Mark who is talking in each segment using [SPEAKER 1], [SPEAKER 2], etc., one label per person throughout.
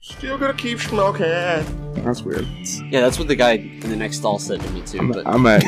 [SPEAKER 1] Still gonna keep smoking.
[SPEAKER 2] That's weird.
[SPEAKER 3] Yeah, that's what the guy in the next stall said to me too.
[SPEAKER 2] I'm,
[SPEAKER 3] But I'm
[SPEAKER 2] I'm at.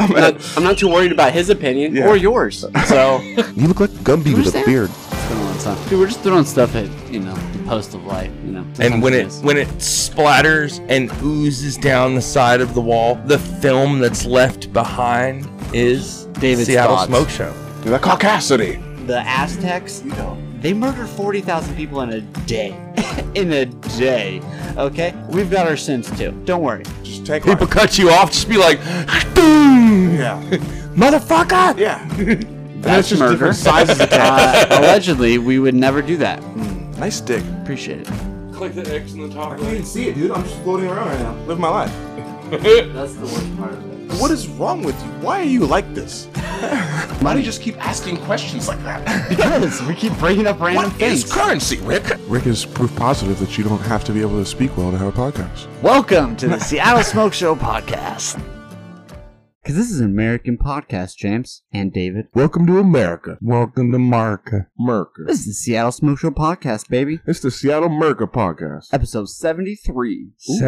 [SPEAKER 2] I'm at.
[SPEAKER 3] not, I'm not too worried about his opinion
[SPEAKER 2] Yeah.
[SPEAKER 3] or yours. So, it's
[SPEAKER 4] You look like Gumby
[SPEAKER 3] Who's
[SPEAKER 4] with a
[SPEAKER 3] there?
[SPEAKER 4] beard.
[SPEAKER 3] been a long time. Dude, we're just throwing stuff at you know the post of life. You know,
[SPEAKER 5] And when it
[SPEAKER 3] Sometimes
[SPEAKER 5] when it splatters and oozes down the side of the wall, the film that's left behind is
[SPEAKER 3] David's
[SPEAKER 5] Seattle
[SPEAKER 3] thoughts.
[SPEAKER 5] Smoke Show.
[SPEAKER 2] The Caucasity.
[SPEAKER 3] the Aztecs, you know, they murdered forty thousand people in a day. in a day, okay. We've got our sins too. Don't worry.
[SPEAKER 1] Just take
[SPEAKER 5] People
[SPEAKER 1] life.
[SPEAKER 5] cut you off, just be like, boom,
[SPEAKER 1] Yeah.
[SPEAKER 5] motherfucker.
[SPEAKER 1] Yeah.
[SPEAKER 3] That's
[SPEAKER 1] just
[SPEAKER 3] murder.
[SPEAKER 1] different sizes of
[SPEAKER 3] uh, allegedly, we would never do that.
[SPEAKER 1] Nice dick.
[SPEAKER 3] Appreciate it.
[SPEAKER 6] Click the X in the
[SPEAKER 1] I
[SPEAKER 6] top
[SPEAKER 1] can't
[SPEAKER 6] right.
[SPEAKER 1] even see it, dude. I'm just floating around right now. Live my life.
[SPEAKER 3] That's the worst part of
[SPEAKER 1] What is wrong with you? Why are you like this?
[SPEAKER 2] Why do you just keep asking questions like that?
[SPEAKER 3] Because we keep bringing up random things.
[SPEAKER 2] currency, Rick?
[SPEAKER 1] Rick is proof positive that you don't have to be able to speak well to have a podcast.
[SPEAKER 3] Welcome to the Seattle Smoke Show podcast. Because this is an American podcast, James and David.
[SPEAKER 2] Welcome to America. Welcome to Marca. Merca.
[SPEAKER 3] This is the Seattle Smoke Show podcast, baby.
[SPEAKER 2] It's the Seattle Merca podcast.
[SPEAKER 3] Episode 73. Ooh.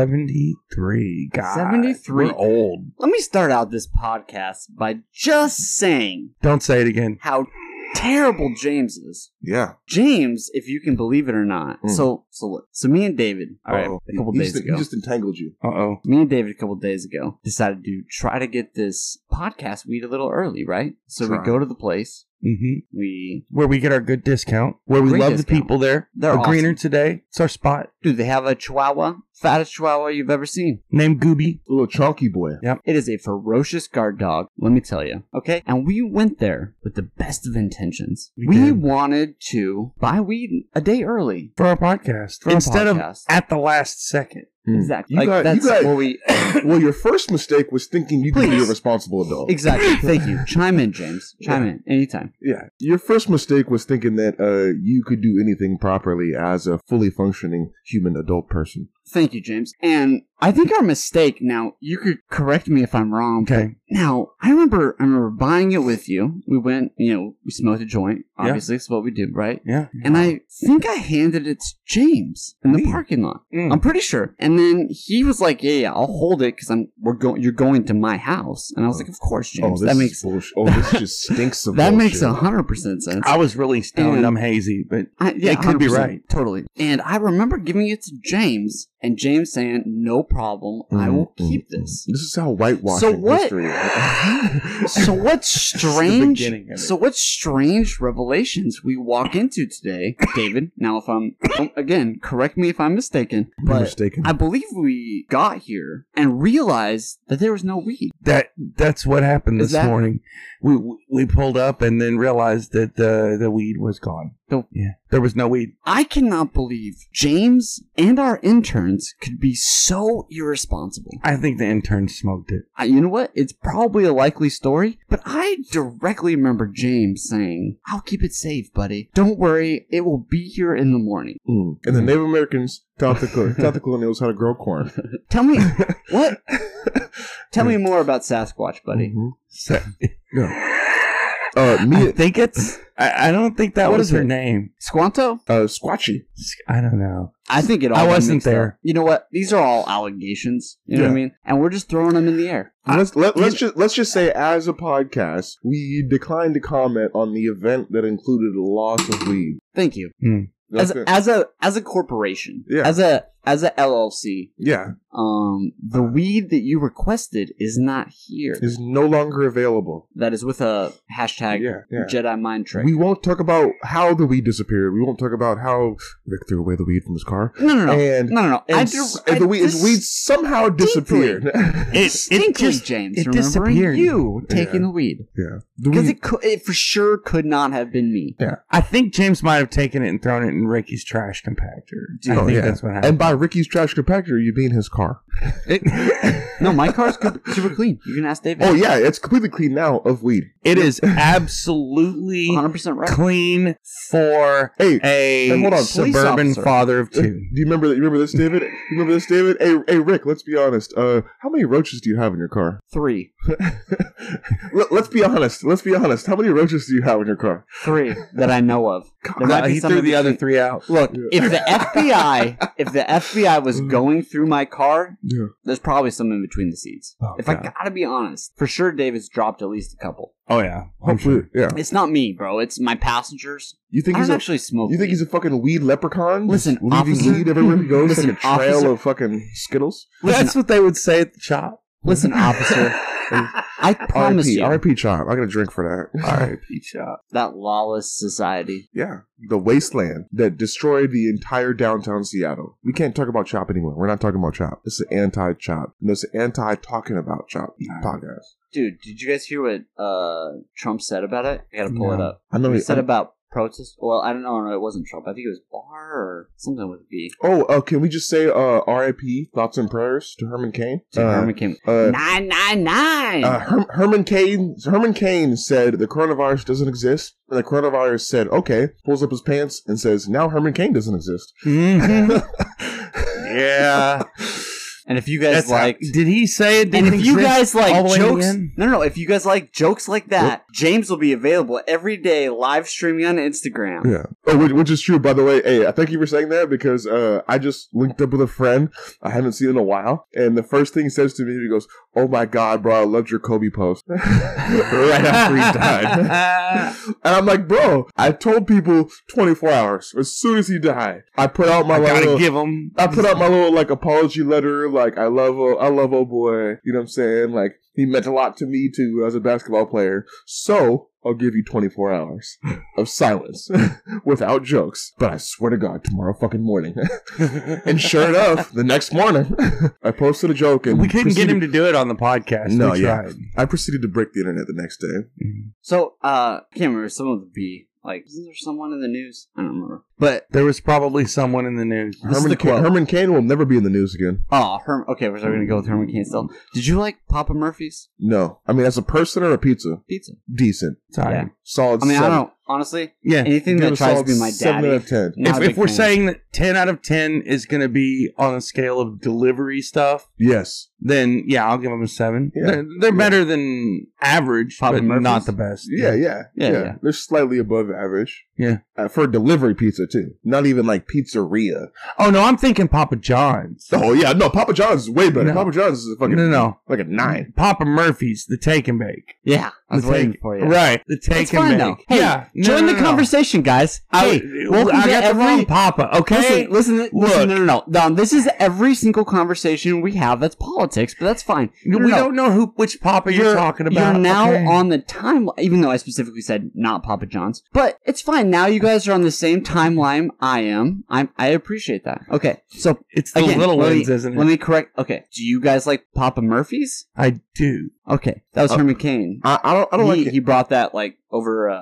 [SPEAKER 5] 73. God.
[SPEAKER 3] 73.
[SPEAKER 5] We're old.
[SPEAKER 3] Let me start out this podcast by just saying
[SPEAKER 5] Don't say it again.
[SPEAKER 3] how terrible James is.
[SPEAKER 1] Yeah.
[SPEAKER 3] James, if you can believe it or not.
[SPEAKER 1] Mm.
[SPEAKER 3] So, so look. So me and David, all right,
[SPEAKER 1] Uh-oh.
[SPEAKER 3] a couple
[SPEAKER 1] He-
[SPEAKER 3] days
[SPEAKER 1] he's-
[SPEAKER 3] ago.
[SPEAKER 1] He just entangled you.
[SPEAKER 5] Uh oh.
[SPEAKER 3] me and David a couple days ago decided to try to get this podcast weed a little early, right? So
[SPEAKER 1] Try.
[SPEAKER 3] we go to the place.
[SPEAKER 5] Mm-hmm.
[SPEAKER 3] We
[SPEAKER 5] Where we get our good discount. Where we
[SPEAKER 3] Great
[SPEAKER 5] love the
[SPEAKER 3] discount.
[SPEAKER 5] people there.
[SPEAKER 3] They're
[SPEAKER 5] the greener
[SPEAKER 3] awesome.
[SPEAKER 5] today. It's our spot.
[SPEAKER 3] do they have a chihuahua, fattest chihuahua you've ever seen.
[SPEAKER 5] Named Gooby.
[SPEAKER 2] Little chunky boy.
[SPEAKER 3] It is a ferocious guard dog, let me tell you. Okay? And we went there with the best of intentions.
[SPEAKER 5] We
[SPEAKER 3] We,
[SPEAKER 5] did.
[SPEAKER 3] wanted to buy weed a day early.
[SPEAKER 5] For our podcast.
[SPEAKER 3] For our
[SPEAKER 5] Instead
[SPEAKER 3] podcast.
[SPEAKER 5] of at the last second.
[SPEAKER 3] Exactly.
[SPEAKER 2] Hmm. You
[SPEAKER 3] like
[SPEAKER 2] got-
[SPEAKER 3] that's
[SPEAKER 2] you got- Oh.
[SPEAKER 3] what we
[SPEAKER 2] well, your first mistake was thinking you could be a
[SPEAKER 3] Please.
[SPEAKER 2] responsible adult.
[SPEAKER 3] Exactly. Thank you. Chime in, James. Chime in anytime.
[SPEAKER 2] Yeah. Your first mistake was thinking that uh, you could do anything properly as a fully functioning human adult person.
[SPEAKER 3] Thank you, James. And I think our mistake now, you could correct me if I'm wrong,
[SPEAKER 5] Okay.
[SPEAKER 3] Now, I remember I remember buying it with you. We went, you know, we smoked a joint.
[SPEAKER 5] Yeah.
[SPEAKER 3] Obviously, it's what we do, right?
[SPEAKER 5] Yeah.
[SPEAKER 3] And I think I handed it to James in the
[SPEAKER 5] Me?
[SPEAKER 3] parking lot.
[SPEAKER 5] Mm.
[SPEAKER 3] I'm pretty sure. And then he was like, "Yeah, yeah, I'll hold it because I'm we're going. You're going to my house." And I was like, "Of course, James.
[SPEAKER 2] oh, this
[SPEAKER 3] that
[SPEAKER 2] is
[SPEAKER 3] makes
[SPEAKER 2] bullsh- Oh, this just stinks of
[SPEAKER 3] that makes
[SPEAKER 2] bullshit.
[SPEAKER 3] a hundred percent sense."
[SPEAKER 5] I was really stoned.
[SPEAKER 3] And-
[SPEAKER 5] I'm hazy, but
[SPEAKER 3] I, yeah,
[SPEAKER 5] It could be
[SPEAKER 3] 100%,
[SPEAKER 5] right.
[SPEAKER 3] Totally. And I remember giving it to James, and James saying, "No problem, I will
[SPEAKER 5] Mm-hmm.
[SPEAKER 2] Mm, mm,
[SPEAKER 3] keep
[SPEAKER 2] mm.
[SPEAKER 3] this."
[SPEAKER 2] This is how whitewashing
[SPEAKER 3] So what-
[SPEAKER 2] history is.
[SPEAKER 3] So what strange?
[SPEAKER 5] beginning of it.
[SPEAKER 3] so what strange revelations we walk into today, David? Now, if I'm don't- again, correct me if I'm mistaken,
[SPEAKER 2] You're
[SPEAKER 3] but
[SPEAKER 2] mistaken.
[SPEAKER 3] I believe we got here and realized that there was no weed.
[SPEAKER 5] that that's what happened
[SPEAKER 3] Is
[SPEAKER 5] this
[SPEAKER 3] that-
[SPEAKER 5] morning. We we pulled up and then realized that the the weed was gone.
[SPEAKER 3] The-
[SPEAKER 5] yeah, there was no weed.
[SPEAKER 3] I cannot believe James and our interns could be so irresponsible.
[SPEAKER 5] I think the intern smoked it.
[SPEAKER 3] I, you know what? It's probably a likely story, but I directly remember James saying, I'll keep it safe, buddy. Don't worry, it will be here in the morning.
[SPEAKER 2] Mm. And the Native Americans taught the, col- taught the colonials how to grow corn.
[SPEAKER 3] Tell me, what? Tell me more about Sasquatch, buddy.
[SPEAKER 2] Mhm.
[SPEAKER 5] So,
[SPEAKER 2] Uh,
[SPEAKER 5] I
[SPEAKER 2] me,
[SPEAKER 5] think it's. I, I don't think that
[SPEAKER 2] What
[SPEAKER 5] was
[SPEAKER 2] is
[SPEAKER 5] her
[SPEAKER 2] it?
[SPEAKER 5] name.
[SPEAKER 3] Squanto?
[SPEAKER 2] uh, Squatchy.
[SPEAKER 5] I don't know.
[SPEAKER 3] I think it all
[SPEAKER 5] I
[SPEAKER 3] got
[SPEAKER 5] wasn't
[SPEAKER 3] mixed up.
[SPEAKER 5] there.
[SPEAKER 3] You know what? These are all allegations. You know what I
[SPEAKER 2] Yeah.
[SPEAKER 3] mean? And we're just throwing them in the air.
[SPEAKER 2] Let's let, let's just let's just say, as a podcast, we declined to comment on the event that included a loss of weed.
[SPEAKER 3] Thank you.
[SPEAKER 2] That's
[SPEAKER 3] As,
[SPEAKER 2] it.
[SPEAKER 3] as a as a corporation,
[SPEAKER 2] Yeah.
[SPEAKER 3] as a as a LLC,
[SPEAKER 2] yeah,
[SPEAKER 3] um, the weed that you requested is not here.
[SPEAKER 2] is no longer available.
[SPEAKER 3] that is with a hashtag
[SPEAKER 2] Yeah, yeah.
[SPEAKER 3] Jedi mind trick.
[SPEAKER 2] We won't talk about how the weed disappeared. We won't talk about how Rick threw away the weed from his car.
[SPEAKER 3] no, no, no,
[SPEAKER 2] And-
[SPEAKER 3] no, no, no.
[SPEAKER 2] And,
[SPEAKER 3] I
[SPEAKER 2] s-
[SPEAKER 3] dir-
[SPEAKER 2] and
[SPEAKER 3] I
[SPEAKER 2] the weed,
[SPEAKER 3] dis-
[SPEAKER 2] his weed somehow disappeared.
[SPEAKER 3] distinctly, James,
[SPEAKER 5] it
[SPEAKER 3] remembering
[SPEAKER 5] disappeared.
[SPEAKER 3] You taking
[SPEAKER 2] Yeah.
[SPEAKER 3] the weed
[SPEAKER 2] yeah, the
[SPEAKER 3] because
[SPEAKER 2] weed-
[SPEAKER 3] it could, it for sure could not have been me.
[SPEAKER 5] I think James might have taken it and thrown it in Ricky's trash compactor.
[SPEAKER 2] Oh,
[SPEAKER 5] I think
[SPEAKER 2] yeah.
[SPEAKER 5] that's what happened.
[SPEAKER 2] and by Ricky's trash compactor, you mean his car.
[SPEAKER 3] It- no, my car's co- super clean. You can ask David.
[SPEAKER 2] Oh, yeah, it's completely clean now of weed.
[SPEAKER 5] It is absolutely
[SPEAKER 3] 100% right.
[SPEAKER 5] clean for
[SPEAKER 2] Hey,
[SPEAKER 5] a
[SPEAKER 2] Hey, hold on, police
[SPEAKER 5] suburban
[SPEAKER 3] officer.
[SPEAKER 5] father of
[SPEAKER 2] do
[SPEAKER 5] two.
[SPEAKER 2] you remember that? You remember this, David? You remember this, David? Hey, hey, Rick. Let's be honest. Uh, how many roaches do you have in your car?
[SPEAKER 3] Three.
[SPEAKER 2] Let, us be honest. Let's be honest. How many roaches do you have in your car?
[SPEAKER 3] Three that I know of. There
[SPEAKER 5] No,
[SPEAKER 3] might be
[SPEAKER 5] he
[SPEAKER 3] some
[SPEAKER 5] threw
[SPEAKER 3] in
[SPEAKER 5] the other
[SPEAKER 3] between.
[SPEAKER 5] three out.
[SPEAKER 3] Look,
[SPEAKER 2] Yeah.
[SPEAKER 3] if the FBI, if the FBI was going through my car,
[SPEAKER 2] Yeah.
[SPEAKER 3] there's probably some in between the seats.
[SPEAKER 5] Oh,
[SPEAKER 3] if I
[SPEAKER 5] God.
[SPEAKER 3] gotta be honest, for sure David's dropped at least a couple.
[SPEAKER 5] Oh yeah,
[SPEAKER 2] Hopefully, yeah.
[SPEAKER 3] It's not me, bro. It's my passengers.
[SPEAKER 2] You think
[SPEAKER 3] I
[SPEAKER 2] he's
[SPEAKER 3] don't
[SPEAKER 2] a,
[SPEAKER 3] actually smoke.
[SPEAKER 2] you think he's a fucking weed leprechaun?
[SPEAKER 3] Listen,
[SPEAKER 2] Just leaving
[SPEAKER 3] officer-
[SPEAKER 2] weed everywhere he goes,
[SPEAKER 3] Listen,
[SPEAKER 2] like a trail
[SPEAKER 3] officer-
[SPEAKER 2] of fucking skittles.
[SPEAKER 3] listen,
[SPEAKER 5] That's what they would say at the shop.
[SPEAKER 3] listen, officer. I promise
[SPEAKER 2] R.I.P.
[SPEAKER 3] you
[SPEAKER 2] R.I.P. Chop. I got a drink for that.
[SPEAKER 5] R.I.P. shop.
[SPEAKER 3] that lawless society.
[SPEAKER 2] Yeah, the wasteland that destroyed the entire downtown Seattle. We can't talk about Chop anymore. We're not talking about Chop. This is anti-Chop. No, it's anti talking about Chop podcast.
[SPEAKER 3] Dude, did you guys hear what uh, Trump said about it? I gotta pull
[SPEAKER 5] No.
[SPEAKER 3] it up.
[SPEAKER 2] I know.
[SPEAKER 3] He
[SPEAKER 2] He,
[SPEAKER 3] said about protest. Well, I don't know. No, it wasn't Trump. I think it was Barr or something with a B.
[SPEAKER 2] oh, uh, can we just say uh, R.I.P. Thoughts and prayers to Herman Cain?
[SPEAKER 3] Dude,
[SPEAKER 2] Uh,
[SPEAKER 3] Herman came.
[SPEAKER 2] uh,
[SPEAKER 3] nine nine nine.
[SPEAKER 2] Uh, Her- Herman Cain Herman Cain said the coronavirus doesn't exist, and the coronavirus said okay, pulls up his pants and says now Herman Cain doesn't exist.
[SPEAKER 5] Mm-hmm. yeah.
[SPEAKER 3] and if you guys
[SPEAKER 5] That's how-
[SPEAKER 3] like,
[SPEAKER 5] did he say it? Did
[SPEAKER 3] and
[SPEAKER 5] he
[SPEAKER 3] if you
[SPEAKER 5] drink
[SPEAKER 3] guys
[SPEAKER 5] all
[SPEAKER 3] like
[SPEAKER 5] the way
[SPEAKER 3] jokes,
[SPEAKER 5] in?
[SPEAKER 3] no, no, no, if you guys like jokes like that, James will be available every day live streaming on Instagram.
[SPEAKER 2] Yeah. Oh, which, which is true, by the way. Hey, I thank you for saying that because uh, I just linked up with a friend I haven't seen in a while, and the first thing he says to me, he goes, "Oh my God, bro, I loved your Kobe post." right after he died, and I'm like, "Bro, I told people 24 hours as soon as he died. I put out my
[SPEAKER 5] I
[SPEAKER 2] little,
[SPEAKER 5] gotta give him.
[SPEAKER 2] I put out my little like apology letter, like I love, uh, I love old boy. You know what I'm saying? Like he meant a lot to me too as a basketball player. So I'll give you 24 hours of silence without jokes. But I swear to God, tomorrow fucking morning. and sure enough, the next morning, I posted a joke and
[SPEAKER 5] we couldn't get
[SPEAKER 2] proceeded-
[SPEAKER 5] him to do it on the podcast.
[SPEAKER 2] No,
[SPEAKER 5] we
[SPEAKER 2] yeah.
[SPEAKER 5] tried.
[SPEAKER 2] I proceeded to break the internet the next day.
[SPEAKER 3] So uh, I can't remember someone with a B. Like, isn't there someone in the news? I don't remember.
[SPEAKER 5] But there was probably someone in the news.
[SPEAKER 3] This is
[SPEAKER 2] Herman,
[SPEAKER 3] the
[SPEAKER 2] Cain,
[SPEAKER 3] quote.
[SPEAKER 2] Herman Cain will never be in the news again.
[SPEAKER 3] Oh, Herm. Okay, we're going to go with Herman Cain still. Did you like Papa Murphy's
[SPEAKER 2] No, I mean as a person or a pizza,
[SPEAKER 3] pizza?
[SPEAKER 2] decent,
[SPEAKER 5] Sorry.
[SPEAKER 3] Yeah.
[SPEAKER 2] solid.
[SPEAKER 3] I mean, I
[SPEAKER 2] seven.
[SPEAKER 3] don't know. honestly.
[SPEAKER 5] Yeah.
[SPEAKER 3] Anything
[SPEAKER 2] Give it
[SPEAKER 3] that
[SPEAKER 2] a
[SPEAKER 3] tries to
[SPEAKER 2] solid
[SPEAKER 3] be my
[SPEAKER 2] seven out
[SPEAKER 3] daddy.
[SPEAKER 2] of ten.
[SPEAKER 3] not a
[SPEAKER 5] if,
[SPEAKER 3] big
[SPEAKER 5] if we're
[SPEAKER 3] fan.
[SPEAKER 5] saying that 10 out of 10 is going to be on a scale of delivery stuff,
[SPEAKER 2] Yes,
[SPEAKER 5] then yeah, I'll give them a seven.
[SPEAKER 2] Yeah.
[SPEAKER 5] They're, they're
[SPEAKER 2] Yeah.
[SPEAKER 5] better than average,
[SPEAKER 3] Papa
[SPEAKER 5] but
[SPEAKER 3] Murphy's?
[SPEAKER 5] not the best.
[SPEAKER 2] Yeah, yeah,
[SPEAKER 3] Yeah,
[SPEAKER 2] yeah,
[SPEAKER 3] yeah.
[SPEAKER 2] They're slightly above average.
[SPEAKER 5] Yeah.
[SPEAKER 2] Uh, for delivery pizza too. Not even like pizzeria.
[SPEAKER 5] Oh no, I'm thinking Papa John's.
[SPEAKER 2] Oh yeah, no. Papa John's is way better.
[SPEAKER 5] No.
[SPEAKER 2] Papa John's is a fucking
[SPEAKER 5] No, no.
[SPEAKER 2] like a nine.
[SPEAKER 5] Papa Murphy's, the take and bake.
[SPEAKER 3] yeah, I was
[SPEAKER 5] The
[SPEAKER 3] waiting
[SPEAKER 5] take-
[SPEAKER 3] for you.
[SPEAKER 5] Right, the take
[SPEAKER 3] It's
[SPEAKER 5] and
[SPEAKER 3] fine
[SPEAKER 5] bake.
[SPEAKER 3] though. Hey,
[SPEAKER 5] yeah, no,
[SPEAKER 3] join
[SPEAKER 5] no,
[SPEAKER 3] the
[SPEAKER 5] no, no.
[SPEAKER 3] conversation, guys.
[SPEAKER 5] I,
[SPEAKER 3] hey, welcome
[SPEAKER 5] I
[SPEAKER 3] to
[SPEAKER 5] got
[SPEAKER 3] every.
[SPEAKER 5] the wrong Papa. Okay,
[SPEAKER 3] Listen, listen, listen, no, no, no, no. This is every single conversation we have that's politics, but that's fine. No, no,
[SPEAKER 5] we
[SPEAKER 3] no.
[SPEAKER 5] don't know who which Papa you're, talking about.
[SPEAKER 3] You're now
[SPEAKER 5] okay?
[SPEAKER 3] on the timeline, even though I specifically said not Papa John's, but it's fine. Now you guys are on the same timeline I am. I'm, I appreciate that. Okay, so
[SPEAKER 5] It's the
[SPEAKER 3] again,
[SPEAKER 5] little
[SPEAKER 3] let me-
[SPEAKER 5] ones, isn't it?
[SPEAKER 3] let me correct. Okay, do you guys like Papa Murphy's?
[SPEAKER 5] I do.
[SPEAKER 3] Okay, that was
[SPEAKER 2] Uh,
[SPEAKER 3] Herman Cain.
[SPEAKER 2] I, I don't. I don't
[SPEAKER 3] he,
[SPEAKER 2] like. it.
[SPEAKER 3] he brought that like over uh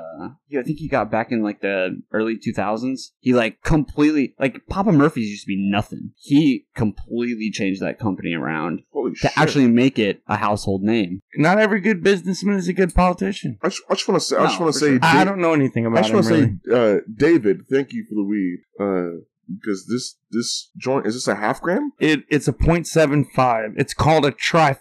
[SPEAKER 3] yeah, I think he got back in like the early 2000s. He like completely like Papa Murphy's used to be nothing. He completely changed that company around
[SPEAKER 2] Holy
[SPEAKER 3] to
[SPEAKER 2] shit.
[SPEAKER 3] actually make it a household name.
[SPEAKER 5] Not every good businessman is a good politician.
[SPEAKER 2] I just, I just want to say. I just
[SPEAKER 3] No,
[SPEAKER 2] want
[SPEAKER 3] for
[SPEAKER 2] to say.
[SPEAKER 3] sure.
[SPEAKER 5] I I
[SPEAKER 2] Da-
[SPEAKER 5] don't know anything
[SPEAKER 2] I
[SPEAKER 5] about
[SPEAKER 2] just
[SPEAKER 5] him
[SPEAKER 2] want to
[SPEAKER 5] really.
[SPEAKER 2] say, uh, David. Thank you for the weed. Uh, because this this joint is this a half gram?
[SPEAKER 5] It it's a .75. It's called a trifecta.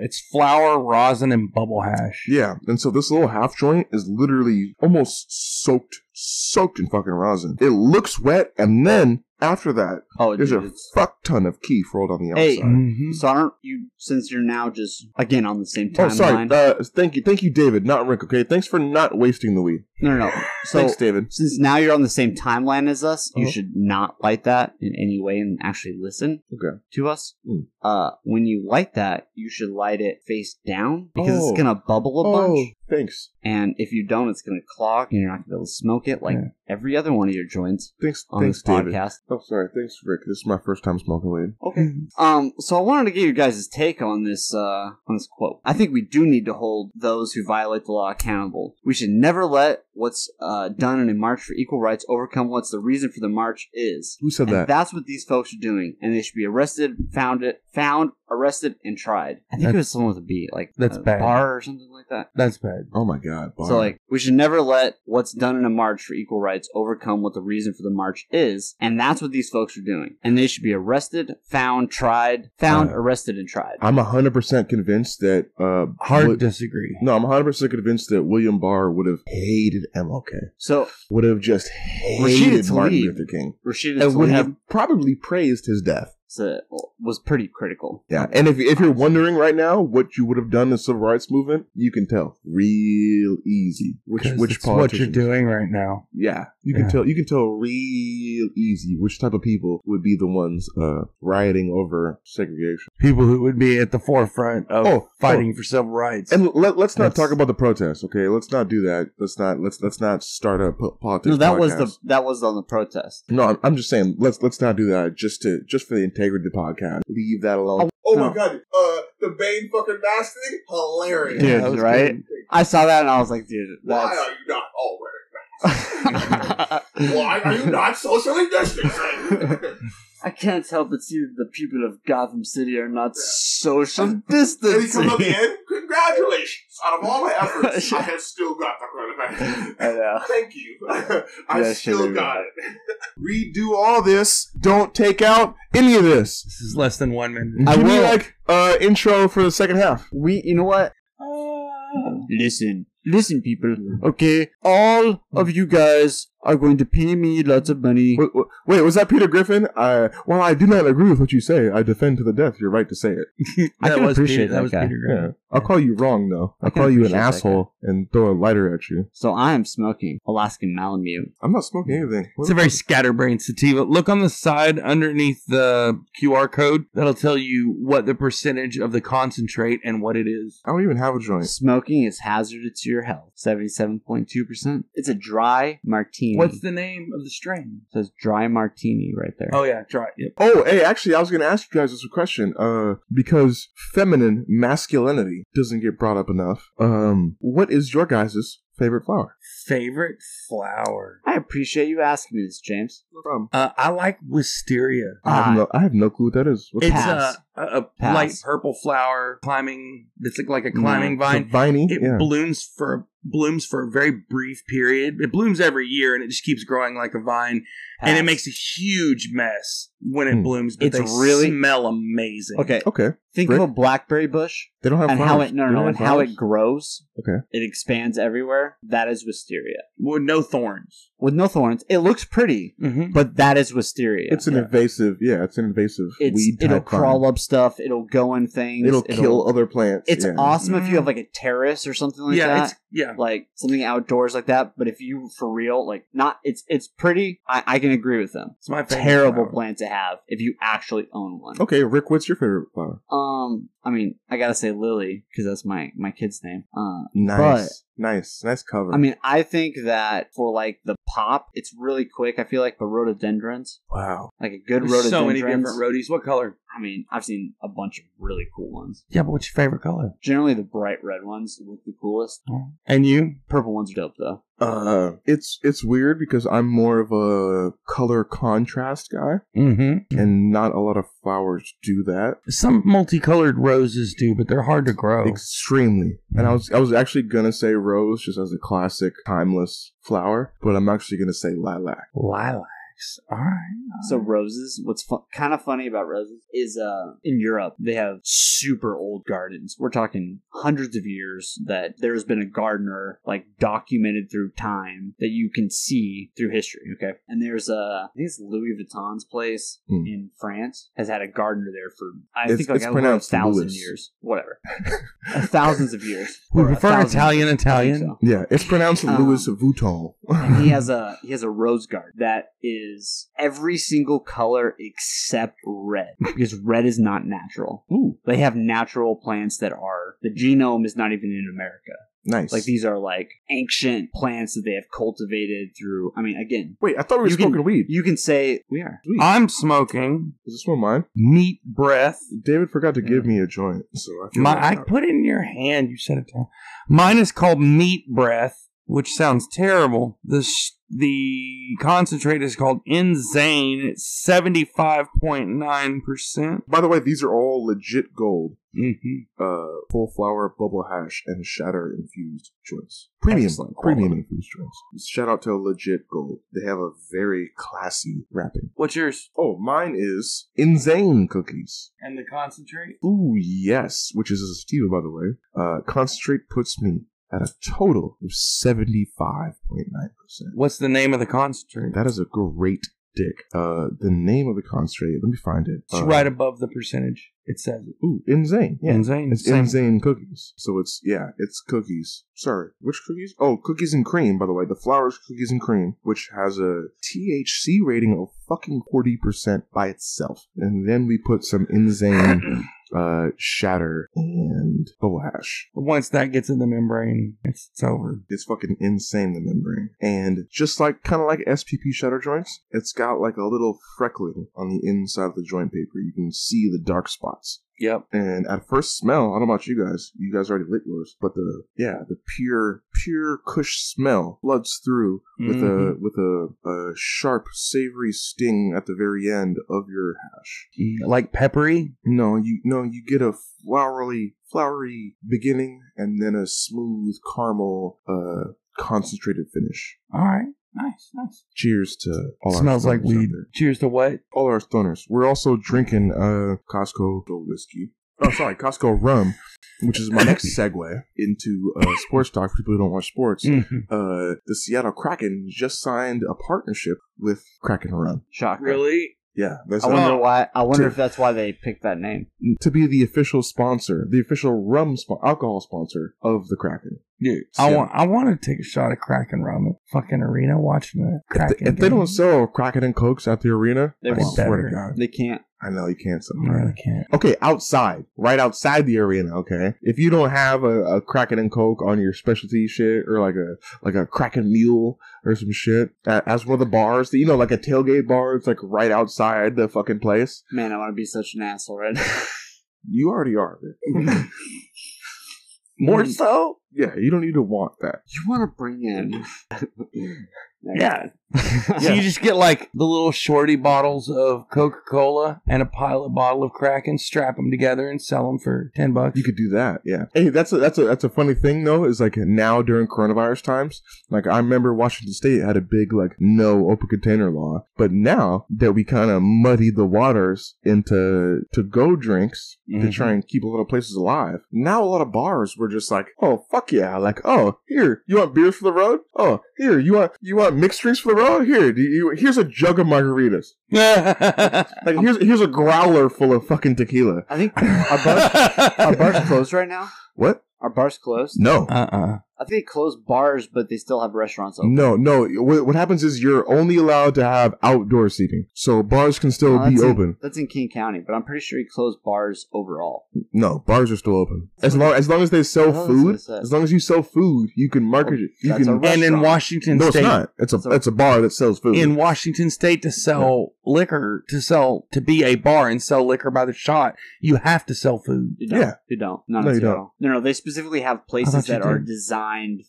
[SPEAKER 5] It's flour, rosin, and bubble hash.
[SPEAKER 2] Yeah. And so this little half joint is literally almost soaked, soaked in fucking rosin. It looks wet, and then after that,
[SPEAKER 3] Oh,
[SPEAKER 2] There's
[SPEAKER 3] dude,
[SPEAKER 2] a
[SPEAKER 3] it's-
[SPEAKER 2] fuck ton of keef rolled on the
[SPEAKER 3] Hey. mm,
[SPEAKER 2] outside.
[SPEAKER 5] Mhm.
[SPEAKER 3] so aren't you since you're now just again on the same
[SPEAKER 2] oh, sorry.
[SPEAKER 3] timeline?
[SPEAKER 2] Uh, thank you, thank you, David, not Rick. Okay, thanks for not wasting the weed.
[SPEAKER 3] no, no, no. So
[SPEAKER 2] thanks, David.
[SPEAKER 3] since now you're on the same timeline as us, you
[SPEAKER 2] Uh-huh.
[SPEAKER 3] should not like that in any way and actually listen
[SPEAKER 2] Okay.
[SPEAKER 3] to us.
[SPEAKER 2] Mm.
[SPEAKER 3] Uh, when you light that, you should light it face down because
[SPEAKER 2] Oh.
[SPEAKER 3] it's gonna bubble a bunch.
[SPEAKER 2] Thanks.
[SPEAKER 3] And if you don't, it's going to clog and you're not going to be able to smoke it like
[SPEAKER 2] Yeah.
[SPEAKER 3] every other one of your joints
[SPEAKER 2] Thanks.
[SPEAKER 3] on
[SPEAKER 2] thanks,
[SPEAKER 3] this podcast.
[SPEAKER 2] David. Oh, sorry. Thanks, Rick. This is my first time smoking weed.
[SPEAKER 3] Okay. Um, so I wanted to get your guys' take on this uh, on this quote. I think we do need to hold those who violate the law accountable. We should never let what's uh, done in a march for equal rights overcome what's the reason for the march is.
[SPEAKER 2] Who said
[SPEAKER 3] And
[SPEAKER 2] that?
[SPEAKER 3] that's what these folks are doing, and they should be arrested, found it, found, arrested, and tried. I think it was someone with a B, like
[SPEAKER 5] That's
[SPEAKER 3] a
[SPEAKER 5] bad.
[SPEAKER 3] bar or something like that.
[SPEAKER 5] That's bad.
[SPEAKER 2] Oh my God. Bob.
[SPEAKER 3] So like we should never let what's done in a march for equal rights overcome what the reason for the march is, and that's what these folks are doing. And they should be arrested, found, tried, found,
[SPEAKER 2] Uh,
[SPEAKER 3] arrested, and tried.
[SPEAKER 2] I'm hundred percent convinced that. Uh,
[SPEAKER 5] Hard
[SPEAKER 2] Wi-
[SPEAKER 5] disagree.
[SPEAKER 2] no, I'm hundred percent convinced that William Barr would have hated MLK.
[SPEAKER 3] So
[SPEAKER 2] Would have just hated
[SPEAKER 3] Rashida
[SPEAKER 2] Martin
[SPEAKER 3] Tlaib.
[SPEAKER 2] Luther King.
[SPEAKER 3] Rashida
[SPEAKER 2] And would
[SPEAKER 3] Tlaib
[SPEAKER 2] have probably praised his death.
[SPEAKER 3] sa- was pretty critical.
[SPEAKER 2] Yeah, and if if you're wondering right now what you would have done in the civil rights movement, you can tell real easy which
[SPEAKER 5] 'Cause
[SPEAKER 2] which
[SPEAKER 5] it's what you're
[SPEAKER 2] politicians-
[SPEAKER 5] doing right now.
[SPEAKER 2] Yeah, you
[SPEAKER 5] Yeah.
[SPEAKER 2] can tell you can tell real easy which type of people would be the ones uh, rioting over segregation.
[SPEAKER 5] People who would be at the forefront of
[SPEAKER 2] Oh,
[SPEAKER 5] fighting for civil rights.
[SPEAKER 2] And let, let's not
[SPEAKER 5] That's-
[SPEAKER 2] talk about the protests, okay? Let's not do that. Let's not let's let's not start a po- politics.
[SPEAKER 3] No, that was the
[SPEAKER 2] podcast.
[SPEAKER 3] that was on the protest.
[SPEAKER 2] No, I'm, I'm just saying let's let's not do that just to just for the integrity of the podcast. Leave that alone.
[SPEAKER 3] Oh my No.
[SPEAKER 2] god, uh, the Bane fucking mask thing, hilarious.
[SPEAKER 3] Dude, That was right? good. I saw that and I was like, dude,
[SPEAKER 4] Why
[SPEAKER 3] that's.
[SPEAKER 4] are you not all wearing masks? Why are you not socially distancing?
[SPEAKER 3] I can't help but see that the people of Gotham City are not social
[SPEAKER 4] Did he come
[SPEAKER 3] distancing.
[SPEAKER 4] up again? Congratulations! Out of all my efforts, I have still got the coronavirus.
[SPEAKER 3] I know.
[SPEAKER 4] Thank you. I
[SPEAKER 3] Yeah,
[SPEAKER 4] still
[SPEAKER 3] should've
[SPEAKER 4] got it.
[SPEAKER 2] redo all this. Don't take out any of this.
[SPEAKER 5] this is less than one minute.
[SPEAKER 3] I
[SPEAKER 2] Give me
[SPEAKER 3] will.
[SPEAKER 2] like uh intro for the second half.
[SPEAKER 3] We, you know what? Listen, listen, people. Okay, all of you guys are going to pay me lots of money.
[SPEAKER 2] Wait, wait, wait, was that Peter Griffin? I, while I do not agree with what you say, I defend to the death your right to say it.
[SPEAKER 3] I
[SPEAKER 5] that
[SPEAKER 3] can
[SPEAKER 5] was
[SPEAKER 3] appreciate
[SPEAKER 5] Peter,
[SPEAKER 3] that
[SPEAKER 5] was
[SPEAKER 3] guy.
[SPEAKER 5] Peter Griffin.
[SPEAKER 2] Yeah, I'll call you wrong though.
[SPEAKER 3] I
[SPEAKER 2] I'll
[SPEAKER 3] can
[SPEAKER 2] call you an
[SPEAKER 3] appreciate that
[SPEAKER 2] asshole and throw a lighter at you.
[SPEAKER 3] So I am smoking Alaskan Malamute.
[SPEAKER 2] I'm not smoking anything.
[SPEAKER 5] It's a very scatterbrained sativa. Look on the side underneath the QR code. That'll tell you what the percentage of the concentrate and what it is.
[SPEAKER 2] I don't even have a joint.
[SPEAKER 3] Smoking is hazardous to your health. Seventy-seven point two percent. It's a dry martini.
[SPEAKER 5] What's the name of the strain?
[SPEAKER 3] It says dry martini right there?
[SPEAKER 5] Oh yeah, try it. Yep.
[SPEAKER 2] Oh, hey, actually, I was going to ask you guys this question. Uh, because feminine masculinity doesn't get brought up enough. Um, what is your guys' favorite flower?
[SPEAKER 5] Favorite flower?
[SPEAKER 3] I appreciate you asking me this, James. Ah,
[SPEAKER 2] From?
[SPEAKER 5] Uh, I like wisteria.
[SPEAKER 2] I have, no, I have no clue what that is. What's
[SPEAKER 5] It's
[SPEAKER 3] Pass.
[SPEAKER 5] a, a, a
[SPEAKER 3] Pass.
[SPEAKER 5] light purple flower climbing. It's like, like a climbing
[SPEAKER 2] it's a
[SPEAKER 5] vine.
[SPEAKER 2] viney.
[SPEAKER 5] It
[SPEAKER 2] yeah.
[SPEAKER 5] blooms for blooms for a very brief period. It blooms every year, and it just keeps growing like a vine. And it
[SPEAKER 3] Pass.
[SPEAKER 5] makes a huge mess when it
[SPEAKER 2] Hmm.
[SPEAKER 5] blooms. But
[SPEAKER 3] It's
[SPEAKER 5] they
[SPEAKER 3] really-
[SPEAKER 5] smell amazing.
[SPEAKER 3] okay.
[SPEAKER 2] okay.
[SPEAKER 3] Think
[SPEAKER 2] Rick?
[SPEAKER 3] of a blackberry bush
[SPEAKER 2] They don't have
[SPEAKER 3] and
[SPEAKER 2] flowers.
[SPEAKER 3] how it no
[SPEAKER 2] They
[SPEAKER 3] no
[SPEAKER 2] don't
[SPEAKER 3] and
[SPEAKER 2] have
[SPEAKER 3] how
[SPEAKER 2] flowers?
[SPEAKER 3] it grows.
[SPEAKER 2] Okay.
[SPEAKER 3] It expands everywhere. That is wisteria
[SPEAKER 5] with no thorns.
[SPEAKER 3] with no thorns. It looks pretty.
[SPEAKER 5] Mm-hmm.
[SPEAKER 3] But that is wisteria.
[SPEAKER 2] It's an invasive. Yeah, it's an invasive
[SPEAKER 3] It's-
[SPEAKER 2] weed.
[SPEAKER 3] it'll
[SPEAKER 2] type vine.
[SPEAKER 3] crawl up stuff. It'll go in things.
[SPEAKER 2] It'll, kill other plants.
[SPEAKER 3] It's
[SPEAKER 2] yeah.
[SPEAKER 3] awesome if you have
[SPEAKER 5] Mm.
[SPEAKER 3] like a terrace or something like
[SPEAKER 5] yeah,
[SPEAKER 3] that,
[SPEAKER 5] it's yeah.
[SPEAKER 3] like something outdoors like that. But if you for real, like not, it's it's pretty. I, I can agree with them.
[SPEAKER 5] It's my favorite.
[SPEAKER 3] Terrible
[SPEAKER 5] flower.
[SPEAKER 3] plant to have if you actually own one.
[SPEAKER 2] Okay, Rick, what's your favorite flower?
[SPEAKER 3] Um, I mean, I gotta say Lily because that's my my kid's name. Uh,
[SPEAKER 2] Nice, nice, nice cover.
[SPEAKER 3] I mean, I think that for like the pop, it's really quick. I feel like, but rhododendrons,
[SPEAKER 2] wow.
[SPEAKER 3] like a good
[SPEAKER 5] There's
[SPEAKER 3] rhododendron.
[SPEAKER 5] so many different roadies. What color?
[SPEAKER 3] I mean, I've seen a bunch of really cool ones.
[SPEAKER 5] Yeah, but what's your favorite color?
[SPEAKER 3] Generally, the bright red ones look the coolest.
[SPEAKER 5] And you?
[SPEAKER 3] Purple ones are dope though.
[SPEAKER 2] Uh, it's it's weird because I'm more of a color contrast guy,
[SPEAKER 5] Mm-hmm.
[SPEAKER 2] and not a lot of flowers do that
[SPEAKER 5] Some multicolored roses do, but they're hard to
[SPEAKER 2] Oh.
[SPEAKER 5] grow.
[SPEAKER 2] extremely. And I was I was actually gonna say rose just as a classic timeless flower, but I'm actually gonna say lilac.
[SPEAKER 5] Lilacs. All right.
[SPEAKER 3] So
[SPEAKER 2] Uh-huh.
[SPEAKER 3] roses. What's fu- kind of funny about roses is, uh, in Europe they have super old gardens. We're talking hundreds of years that there has been a gardener like documented through time that you can see through history. Okay, and there's a I think it's Louis Vuitton's place
[SPEAKER 2] Hmm.
[SPEAKER 3] in France has had a gardener there for I
[SPEAKER 2] It's-
[SPEAKER 3] think like
[SPEAKER 2] it's
[SPEAKER 3] over a
[SPEAKER 2] pronounced
[SPEAKER 3] thousand
[SPEAKER 2] Louis.
[SPEAKER 3] years, whatever, thousands of years.
[SPEAKER 5] We
[SPEAKER 3] Or a
[SPEAKER 5] prefer
[SPEAKER 3] thousand-
[SPEAKER 5] Italian,
[SPEAKER 3] I think
[SPEAKER 5] Italian.
[SPEAKER 3] so.
[SPEAKER 2] Yeah, it's pronounced
[SPEAKER 3] Um,
[SPEAKER 2] Louis Vuitton.
[SPEAKER 3] and he has a he has a rose guard that is every single color except red because red is not natural. Ooh. They have natural plants that are the genome is not even in America.
[SPEAKER 2] Nice.
[SPEAKER 3] Like these are like ancient plants that they have cultivated through. I mean, again,
[SPEAKER 2] Wait, I thought we were
[SPEAKER 3] You can-
[SPEAKER 2] smoking weed.
[SPEAKER 3] you can say we are.
[SPEAKER 5] I'm smoking
[SPEAKER 2] Is this one mine?
[SPEAKER 5] neat breath.
[SPEAKER 2] David forgot to give me a joint, so I feel
[SPEAKER 5] My, I
[SPEAKER 2] like-
[SPEAKER 5] put it in your hand. You set it down. Mine is called meat breath, which sounds terrible. The sh- the concentrate is called Enzane. It's seventy five point nine percent.
[SPEAKER 2] By the way, these are all legit gold. Uh, full flower, bubble hash, and shatter infused joints. Premium,
[SPEAKER 5] Excellent
[SPEAKER 2] premium
[SPEAKER 5] quality.
[SPEAKER 2] infused joints. Shout out to legit gold. They have a very classy wrapping.
[SPEAKER 5] What's yours?
[SPEAKER 2] Oh, mine is insane cookies.
[SPEAKER 5] And the concentrate.
[SPEAKER 2] Ooh, yes, which is a sativa, by the way. Uh, concentrate puts me at a total of 75.9%.
[SPEAKER 5] What's the name of the concentrate?
[SPEAKER 2] That is a great dick. Uh, the name of the concentrate, let me find it.
[SPEAKER 5] It's
[SPEAKER 2] Uh,
[SPEAKER 5] right above the percentage. It says it.
[SPEAKER 2] Ooh, insane. Yeah.
[SPEAKER 5] Enzane.
[SPEAKER 2] It's
[SPEAKER 5] Same.
[SPEAKER 2] insane cookies. So it's, yeah, it's cookies. Sorry, which cookies? Oh, cookies and cream, by the way. The flowers, cookies and cream, which has a THC rating of fucking 40% by itself. And then we put some insane uh, shatter and bubble hash.
[SPEAKER 5] Once that gets in the membrane, it's, it's over.
[SPEAKER 2] It's fucking insane the membrane, and just like kind of like SPP shutter joints, it's got like a little freckling on the inside of the joint paper. You can see the dark spots.
[SPEAKER 5] Yep.
[SPEAKER 2] And at first smell, I don't know about you guys. You guys already lit yours, but the yeah, the pure pure Kush smell floods through with
[SPEAKER 5] Mm-hmm.
[SPEAKER 2] a with a, a sharp savory sting at the very end of your hash.
[SPEAKER 5] like peppery.
[SPEAKER 2] No, you no, you get a flowery, flowery beginning, and then a smooth caramel, uh, concentrated finish.
[SPEAKER 5] All right. Nice. Nice.
[SPEAKER 2] Cheers to all
[SPEAKER 5] Smells
[SPEAKER 2] our
[SPEAKER 5] like
[SPEAKER 2] stoners out
[SPEAKER 5] weed.
[SPEAKER 2] there.
[SPEAKER 5] Cheers to what?
[SPEAKER 2] All our stoners. We're also drinking uh Costco whiskey. Oh, sorry, Costco rum, which is my next segue into uh, sports talk for people who don't watch
[SPEAKER 5] Hmm.
[SPEAKER 2] sports.
[SPEAKER 5] Mm-hmm.
[SPEAKER 2] Uh, the Seattle Kraken just signed a partnership with Kraken Rum.
[SPEAKER 3] Shocker.
[SPEAKER 5] Really?
[SPEAKER 2] Yeah, that's
[SPEAKER 3] I
[SPEAKER 2] not-
[SPEAKER 3] wonder why. I wonder
[SPEAKER 2] Dude.
[SPEAKER 3] if that's why they picked that name.
[SPEAKER 2] to be the official sponsor, the official rum spo- alcohol sponsor of the Kraken.
[SPEAKER 5] Dude, I
[SPEAKER 2] Yeah.
[SPEAKER 5] want I want to take a shot of Kraken rum at fucking arena watching a
[SPEAKER 2] If
[SPEAKER 5] Kraken.
[SPEAKER 2] they, if they
[SPEAKER 5] game.
[SPEAKER 2] don't sell Kraken and Cokes at the arena,
[SPEAKER 3] They
[SPEAKER 2] I
[SPEAKER 3] won't.
[SPEAKER 2] swear
[SPEAKER 5] Better.
[SPEAKER 2] to God,
[SPEAKER 3] They can't.
[SPEAKER 2] I know you can't sell.
[SPEAKER 5] I really can't.
[SPEAKER 2] Okay, outside, right outside the arena. Okay, if you don't have a, a Kraken and Coke on your specialty shit, or like a like a Kraken Mule or some shit, a- as one of the bars, you know, like a tailgate bar, it's like right outside the fucking place.
[SPEAKER 3] Man, I want to be such an asshole, right?
[SPEAKER 2] You already are. man.
[SPEAKER 5] Mm.
[SPEAKER 2] More so, yeah. You don't need to want that.
[SPEAKER 3] Mm. you want to bring in?
[SPEAKER 5] Yeah. so you just get like the little shorty bottles of Coca Cola and a pile of bottle of Kraken, strap them together, and sell them for ten bucks.
[SPEAKER 2] You could do that, yeah. Hey, that's a that's a that's a funny thing though. Is like now during coronavirus times, like I remember Washington State had a big like no open container law, but now that we kind of muddy the waters into to go drinks to
[SPEAKER 3] Mm-hmm.
[SPEAKER 5] Mhm.
[SPEAKER 2] try and keep a lot of places alive, now a lot of bars were just like, oh fuck yeah, like oh here you want beers for the road, oh here you want you want mixed drinks for the road, here do you here's a jug of margaritas, like here's here's a growler full of fucking tequila.
[SPEAKER 3] I think our bars, our bars closed right now.
[SPEAKER 2] What?
[SPEAKER 3] Our bars closed.
[SPEAKER 2] No.
[SPEAKER 5] Uh-uh.
[SPEAKER 3] I think they closed bars, but they still have restaurants open.
[SPEAKER 2] No, no. What, what happens is you're only allowed to have outdoor seating, so bars can still
[SPEAKER 3] No,
[SPEAKER 2] be
[SPEAKER 3] that's in-
[SPEAKER 2] open.
[SPEAKER 3] That's in King County, but I'm pretty sure he closed bars overall.
[SPEAKER 2] No, bars are still open as long as long as they sell
[SPEAKER 3] Oh, that's what
[SPEAKER 2] food.
[SPEAKER 3] it said.
[SPEAKER 2] As long as you sell food, you can market it. You
[SPEAKER 3] That's
[SPEAKER 2] can.
[SPEAKER 3] a
[SPEAKER 5] And in
[SPEAKER 3] restaurant.
[SPEAKER 5] Washington
[SPEAKER 2] no, it's
[SPEAKER 5] State,
[SPEAKER 2] not. It's a
[SPEAKER 3] It's a-
[SPEAKER 2] it's a bar that sells food.
[SPEAKER 5] in Washington State, to sell liquor, to sell to be a bar and sell liquor by the shot, you have to sell food.
[SPEAKER 3] You don't.
[SPEAKER 2] Yeah.
[SPEAKER 3] You don't. Not
[SPEAKER 2] No,
[SPEAKER 3] in
[SPEAKER 2] you don't.
[SPEAKER 3] Seattle. No, no. They specifically have
[SPEAKER 5] I
[SPEAKER 3] places
[SPEAKER 5] thought you
[SPEAKER 3] that are
[SPEAKER 5] did.
[SPEAKER 3] designed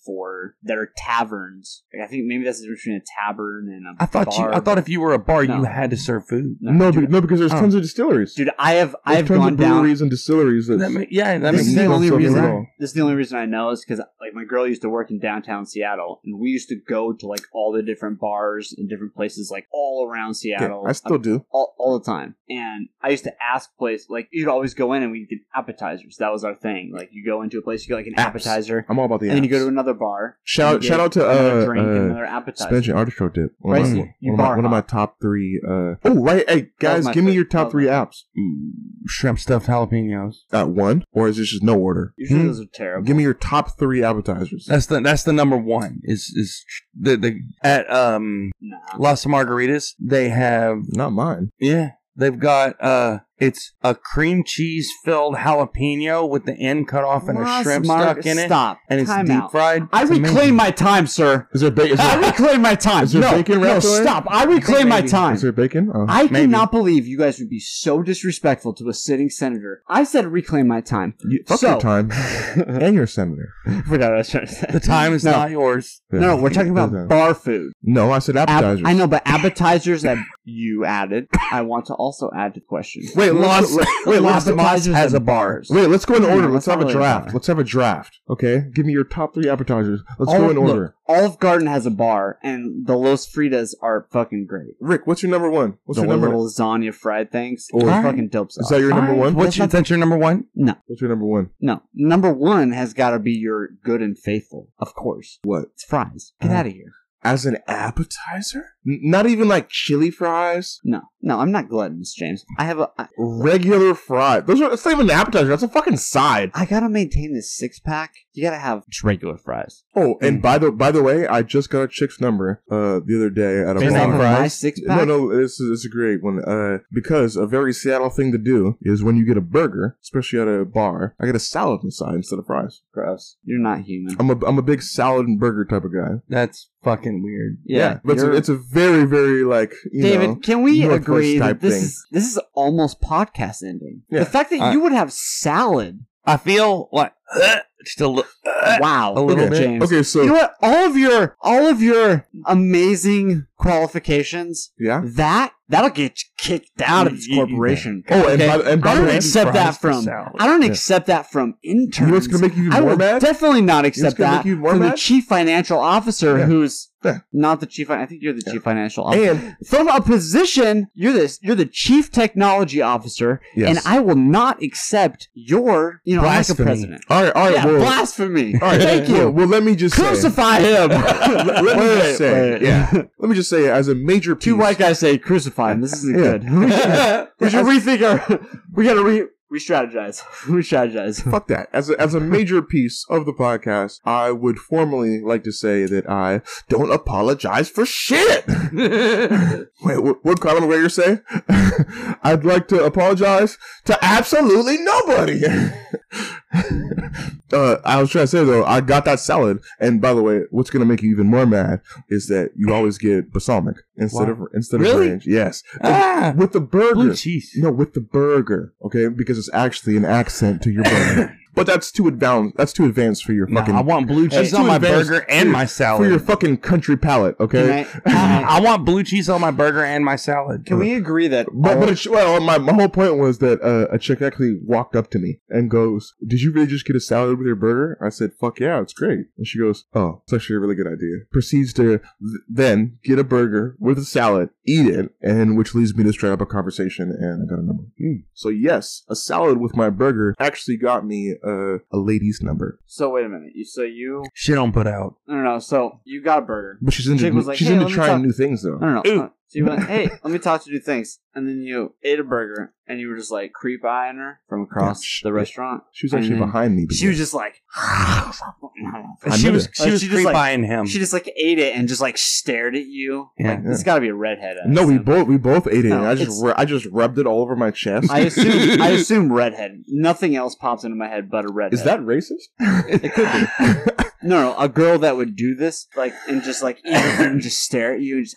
[SPEAKER 3] for that are taverns. Like, I think maybe that's the difference between a tavern and a
[SPEAKER 5] I thought
[SPEAKER 3] bar.
[SPEAKER 5] you. I thought if you were a bar,
[SPEAKER 3] No.
[SPEAKER 5] you had to serve food.
[SPEAKER 3] No,
[SPEAKER 2] no, be,
[SPEAKER 3] dude,
[SPEAKER 2] no, because there's
[SPEAKER 5] Oh.
[SPEAKER 2] tons of distilleries.
[SPEAKER 3] dude, I have I
[SPEAKER 2] There's
[SPEAKER 3] have
[SPEAKER 2] tons
[SPEAKER 3] gone
[SPEAKER 2] of
[SPEAKER 3] down.
[SPEAKER 2] breweries and distilleries that.
[SPEAKER 5] That ma- yeah, that
[SPEAKER 2] that
[SPEAKER 3] is
[SPEAKER 5] makes sense.
[SPEAKER 3] the
[SPEAKER 2] don't
[SPEAKER 3] only
[SPEAKER 2] sell
[SPEAKER 5] You're
[SPEAKER 3] reason
[SPEAKER 2] food at
[SPEAKER 5] right.
[SPEAKER 2] all.
[SPEAKER 3] This is the only reason I know is because like my girl used to work in downtown Seattle, and we used to go to like all the different bars and different places like all around
[SPEAKER 2] Okay,
[SPEAKER 3] Seattle.
[SPEAKER 2] I still do.
[SPEAKER 3] all, all the time. And I used to ask place like you'd always go in and we'd get appetizers. That was our thing. Like you go into a place, you get like an
[SPEAKER 2] Apps.
[SPEAKER 3] appetizer,
[SPEAKER 2] I'm all about the.
[SPEAKER 3] and then you
[SPEAKER 2] apps.
[SPEAKER 3] go to another bar.
[SPEAKER 2] shout
[SPEAKER 3] and you
[SPEAKER 2] shout
[SPEAKER 3] get
[SPEAKER 2] out to
[SPEAKER 3] another
[SPEAKER 2] uh,
[SPEAKER 3] drink, and
[SPEAKER 2] uh,
[SPEAKER 3] another appetizer.
[SPEAKER 2] Suspension artichoke dip. One of,
[SPEAKER 3] Pricey.
[SPEAKER 2] my,
[SPEAKER 3] You
[SPEAKER 2] one, of my,
[SPEAKER 3] bar
[SPEAKER 2] one of my
[SPEAKER 3] hop.
[SPEAKER 2] top three. Uh, oh right, hey guys,
[SPEAKER 3] my
[SPEAKER 2] give me
[SPEAKER 3] fa-
[SPEAKER 2] your
[SPEAKER 3] that
[SPEAKER 2] top
[SPEAKER 3] was
[SPEAKER 2] three
[SPEAKER 3] my-
[SPEAKER 2] apps.
[SPEAKER 5] shrimp stuffed jalapenos.
[SPEAKER 2] At one, or is this just no order?
[SPEAKER 3] Usually
[SPEAKER 5] Hmm.
[SPEAKER 3] those are terrible.
[SPEAKER 2] Give me your top three appetizers.
[SPEAKER 5] That's the that's the number one. Is is the the at um
[SPEAKER 3] nah.
[SPEAKER 5] Las Margaritas they have
[SPEAKER 2] Not mine.
[SPEAKER 5] yeah they've got uh It's a cream cheese filled jalapeno with the end cut off and a
[SPEAKER 3] Ross,
[SPEAKER 5] shrimp
[SPEAKER 3] Mark,
[SPEAKER 5] stuck in it.
[SPEAKER 3] Stop.
[SPEAKER 5] And it's
[SPEAKER 3] Time
[SPEAKER 5] deep
[SPEAKER 3] out.
[SPEAKER 5] fried.
[SPEAKER 3] I
[SPEAKER 5] It's
[SPEAKER 3] reclaim
[SPEAKER 5] amazing.
[SPEAKER 3] my time, sir.
[SPEAKER 2] Is there bacon? Is
[SPEAKER 3] I
[SPEAKER 2] there,
[SPEAKER 3] reclaim my time.
[SPEAKER 2] Is there
[SPEAKER 3] no,
[SPEAKER 2] bacon
[SPEAKER 3] no,
[SPEAKER 2] wrapped around it?
[SPEAKER 3] stop. I reclaim my
[SPEAKER 5] Maybe.
[SPEAKER 3] time.
[SPEAKER 2] is there bacon? Oh.
[SPEAKER 3] I
[SPEAKER 5] Maybe.
[SPEAKER 3] cannot believe you guys would be so disrespectful to a sitting senator. I said reclaim my time.
[SPEAKER 2] You- fuck
[SPEAKER 3] so-
[SPEAKER 2] your time and your senator.
[SPEAKER 3] I forgot what I was trying to say.
[SPEAKER 5] The time is
[SPEAKER 3] No.
[SPEAKER 5] not yours.
[SPEAKER 3] No, no, we're talking about
[SPEAKER 2] Yeah.
[SPEAKER 3] bar food.
[SPEAKER 2] no. I said
[SPEAKER 3] App-
[SPEAKER 2] appetizers.
[SPEAKER 3] I know, but appetizers that you added, I want to also add to question.
[SPEAKER 2] Wait, let's-
[SPEAKER 5] Los-
[SPEAKER 2] wait, let's,
[SPEAKER 5] Los Tomas
[SPEAKER 3] appetizers
[SPEAKER 5] has
[SPEAKER 3] and
[SPEAKER 5] a bars.
[SPEAKER 2] wait. Let's go in
[SPEAKER 3] Yeah,
[SPEAKER 2] order. Let's
[SPEAKER 3] let's
[SPEAKER 2] have
[SPEAKER 3] not
[SPEAKER 2] a
[SPEAKER 3] really
[SPEAKER 2] draft.
[SPEAKER 3] try.
[SPEAKER 2] Let's have a draft. Okay, give me your top three appetizers. Let's
[SPEAKER 3] All-
[SPEAKER 2] go in
[SPEAKER 3] Oh, look,
[SPEAKER 2] order.
[SPEAKER 3] Olive Garden has a bar, and the Los Fritas are fucking great.
[SPEAKER 2] Rick, what's your number one? What's
[SPEAKER 3] the
[SPEAKER 2] your number?
[SPEAKER 3] little lasagna fried things
[SPEAKER 2] Or-
[SPEAKER 3] are
[SPEAKER 5] Alright.
[SPEAKER 3] fucking dope
[SPEAKER 2] Is
[SPEAKER 3] sauce.
[SPEAKER 2] that your number
[SPEAKER 5] Alright,
[SPEAKER 2] one?
[SPEAKER 5] What's your, that's your number one?
[SPEAKER 2] What's your number one?
[SPEAKER 3] no, number one has got to be your good and faithful, of course.
[SPEAKER 2] What?
[SPEAKER 3] It's fries. Get out of here.
[SPEAKER 2] As an appetizer? N- not even like chili fries.
[SPEAKER 3] No, no, I'm not gluttonous, James. I have a. I,
[SPEAKER 2] Regular fries. Those are. That's not even an appetizer. That's a fucking side.
[SPEAKER 3] I gotta maintain this six pack. You gotta have just regular fries.
[SPEAKER 2] Oh,
[SPEAKER 3] Mm.
[SPEAKER 2] and by the by the way, I just got a chick's number uh the other day at a
[SPEAKER 5] Is
[SPEAKER 3] Is
[SPEAKER 5] that
[SPEAKER 3] that
[SPEAKER 5] Banana
[SPEAKER 2] bar.
[SPEAKER 5] for fries?
[SPEAKER 3] my six
[SPEAKER 2] No,
[SPEAKER 3] pack?
[SPEAKER 2] no, this is, this is a great one. Uh, because a very Seattle thing to do is when you get a burger, especially at a bar, I get a salad inside instead of fries.
[SPEAKER 3] Gross. You're not human.
[SPEAKER 2] I'm a I'm a big salad and burger type of guy.
[SPEAKER 5] That's fucking weird.
[SPEAKER 3] Yeah,
[SPEAKER 2] but it's a,
[SPEAKER 3] you're-
[SPEAKER 2] it's a very very like you
[SPEAKER 3] David,
[SPEAKER 2] know.
[SPEAKER 3] can we
[SPEAKER 2] Northwest
[SPEAKER 3] agree
[SPEAKER 2] type
[SPEAKER 3] that this
[SPEAKER 2] thing.
[SPEAKER 3] is this is almost podcast ending?
[SPEAKER 2] Yeah.
[SPEAKER 3] the fact that
[SPEAKER 5] I-
[SPEAKER 3] you would have salad,
[SPEAKER 5] I feel like uh, just a uh, little.
[SPEAKER 2] Uh,
[SPEAKER 3] wow,
[SPEAKER 5] a little bit.
[SPEAKER 3] James.
[SPEAKER 2] Okay, so
[SPEAKER 3] you know what? All of your all of your amazing qualifications
[SPEAKER 2] yeah.
[SPEAKER 3] that that'll get you kicked out of this
[SPEAKER 5] Yeah.
[SPEAKER 3] corporation.
[SPEAKER 2] Oh, and
[SPEAKER 5] Okay.
[SPEAKER 2] by, the- and by
[SPEAKER 3] I
[SPEAKER 2] the
[SPEAKER 3] don't
[SPEAKER 2] way,
[SPEAKER 3] accept that
[SPEAKER 5] for
[SPEAKER 3] from.
[SPEAKER 5] salad.
[SPEAKER 3] I don't
[SPEAKER 2] Yeah.
[SPEAKER 3] accept that from
[SPEAKER 2] you
[SPEAKER 3] interns.
[SPEAKER 2] know what's gonna make you
[SPEAKER 3] I
[SPEAKER 2] even more
[SPEAKER 3] will
[SPEAKER 2] mad?
[SPEAKER 3] definitely not accept
[SPEAKER 2] gonna make
[SPEAKER 3] that
[SPEAKER 2] you more
[SPEAKER 3] from the
[SPEAKER 2] mad?
[SPEAKER 3] chief financial officer
[SPEAKER 2] Yeah.
[SPEAKER 3] who's
[SPEAKER 2] Yeah.
[SPEAKER 3] not the chief. I think you're the
[SPEAKER 2] Yeah.
[SPEAKER 3] chief financial officer.
[SPEAKER 2] and
[SPEAKER 3] from a position you're this you're the chief technology officer
[SPEAKER 2] yes.
[SPEAKER 3] and i will not accept your you know lack of
[SPEAKER 5] Blasphemy.
[SPEAKER 3] president
[SPEAKER 2] all right, all right,
[SPEAKER 3] yeah,
[SPEAKER 2] well,
[SPEAKER 3] blasphemy
[SPEAKER 2] all right.
[SPEAKER 3] thank
[SPEAKER 2] Well,
[SPEAKER 3] you
[SPEAKER 2] well, let me just say.
[SPEAKER 3] crucify him
[SPEAKER 2] let, let me just say, yeah. Let me just say, as a major piece,
[SPEAKER 3] two white guys say crucify him this isn't
[SPEAKER 2] Yeah.
[SPEAKER 3] good we should, we should rethink our we gotta re re-strategize re-strategize
[SPEAKER 2] fuck that. As a, as a major piece of the podcast, I would formally like to say that I don't apologize for shit. Wait, what, what Colin Rager say? I'd like to apologize to absolutely nobody. uh, I was trying to say though, I got that salad, and by the way, what's gonna make you even more mad is that you always get balsamic instead of instead
[SPEAKER 5] Really?
[SPEAKER 2] of ranch. Yes,
[SPEAKER 5] Ah,
[SPEAKER 2] with the burger.
[SPEAKER 5] blue cheese.
[SPEAKER 2] No, with the burger, okay? Because it's actually an accent to your burger. but that's too advanced. That's too advanced for your
[SPEAKER 5] No,
[SPEAKER 2] fucking
[SPEAKER 5] I want blue
[SPEAKER 2] That's
[SPEAKER 5] cheese on
[SPEAKER 2] too
[SPEAKER 5] my
[SPEAKER 2] advanced.
[SPEAKER 5] burger and
[SPEAKER 2] Dude,
[SPEAKER 5] my
[SPEAKER 2] for
[SPEAKER 5] salad.
[SPEAKER 2] your fucking country palate,
[SPEAKER 3] Can
[SPEAKER 2] okay?
[SPEAKER 3] I- can I-
[SPEAKER 5] I want blue cheese on my burger and my salad.
[SPEAKER 3] can we agree that
[SPEAKER 2] But, but it's, well, my, my whole point was that uh, a chick actually walked up to me and goes, "Did you really just get a salad with your burger?" I said, "Fuck yeah, it's great." And she goes, "Oh, it's actually a really good idea." Proceeds to th- then get a burger with a salad, eat it, and which leads me to straight up a conversation, and I got a number.
[SPEAKER 3] Mm.
[SPEAKER 2] So yes, a salad with my burger actually got me uh, a lady's number,
[SPEAKER 3] so wait a minute you so you
[SPEAKER 5] She don't put out.
[SPEAKER 3] i don't know so you got a burger
[SPEAKER 2] but she's
[SPEAKER 3] Chick
[SPEAKER 2] into
[SPEAKER 3] was like,
[SPEAKER 2] she's
[SPEAKER 3] "Hey,
[SPEAKER 2] into
[SPEAKER 3] let me
[SPEAKER 2] trying
[SPEAKER 3] talk-
[SPEAKER 2] new things though.
[SPEAKER 3] I don't
[SPEAKER 5] Ooh.
[SPEAKER 3] know. Uh, So you went, hey, let me talk to you, thanks. And then you ate a burger and you were just like creep eyeing her from across
[SPEAKER 2] Yeah, sh-
[SPEAKER 3] the restaurant.
[SPEAKER 2] She was
[SPEAKER 3] And
[SPEAKER 2] actually
[SPEAKER 3] then
[SPEAKER 2] behind me.
[SPEAKER 3] Mm-hmm. She was just like,
[SPEAKER 2] I
[SPEAKER 5] she
[SPEAKER 2] knew
[SPEAKER 5] was
[SPEAKER 2] it.
[SPEAKER 5] she
[SPEAKER 3] Uh,
[SPEAKER 5] was
[SPEAKER 3] she just, like-
[SPEAKER 5] creepying him.
[SPEAKER 3] she just like ate it and just like stared at you.
[SPEAKER 5] Yeah.
[SPEAKER 3] Like, it's got to be a redhead. I
[SPEAKER 2] no, we
[SPEAKER 3] assume.
[SPEAKER 2] both we both ate it.
[SPEAKER 3] No,
[SPEAKER 2] and I
[SPEAKER 3] it's-
[SPEAKER 2] just ru- I just rubbed it all over my chest.
[SPEAKER 3] I assume I assume redhead. Nothing else pops into my head but a redhead.
[SPEAKER 2] Is that racist? it could be.
[SPEAKER 3] no, no? A girl that would do this like and just like eat it and just stare at you and just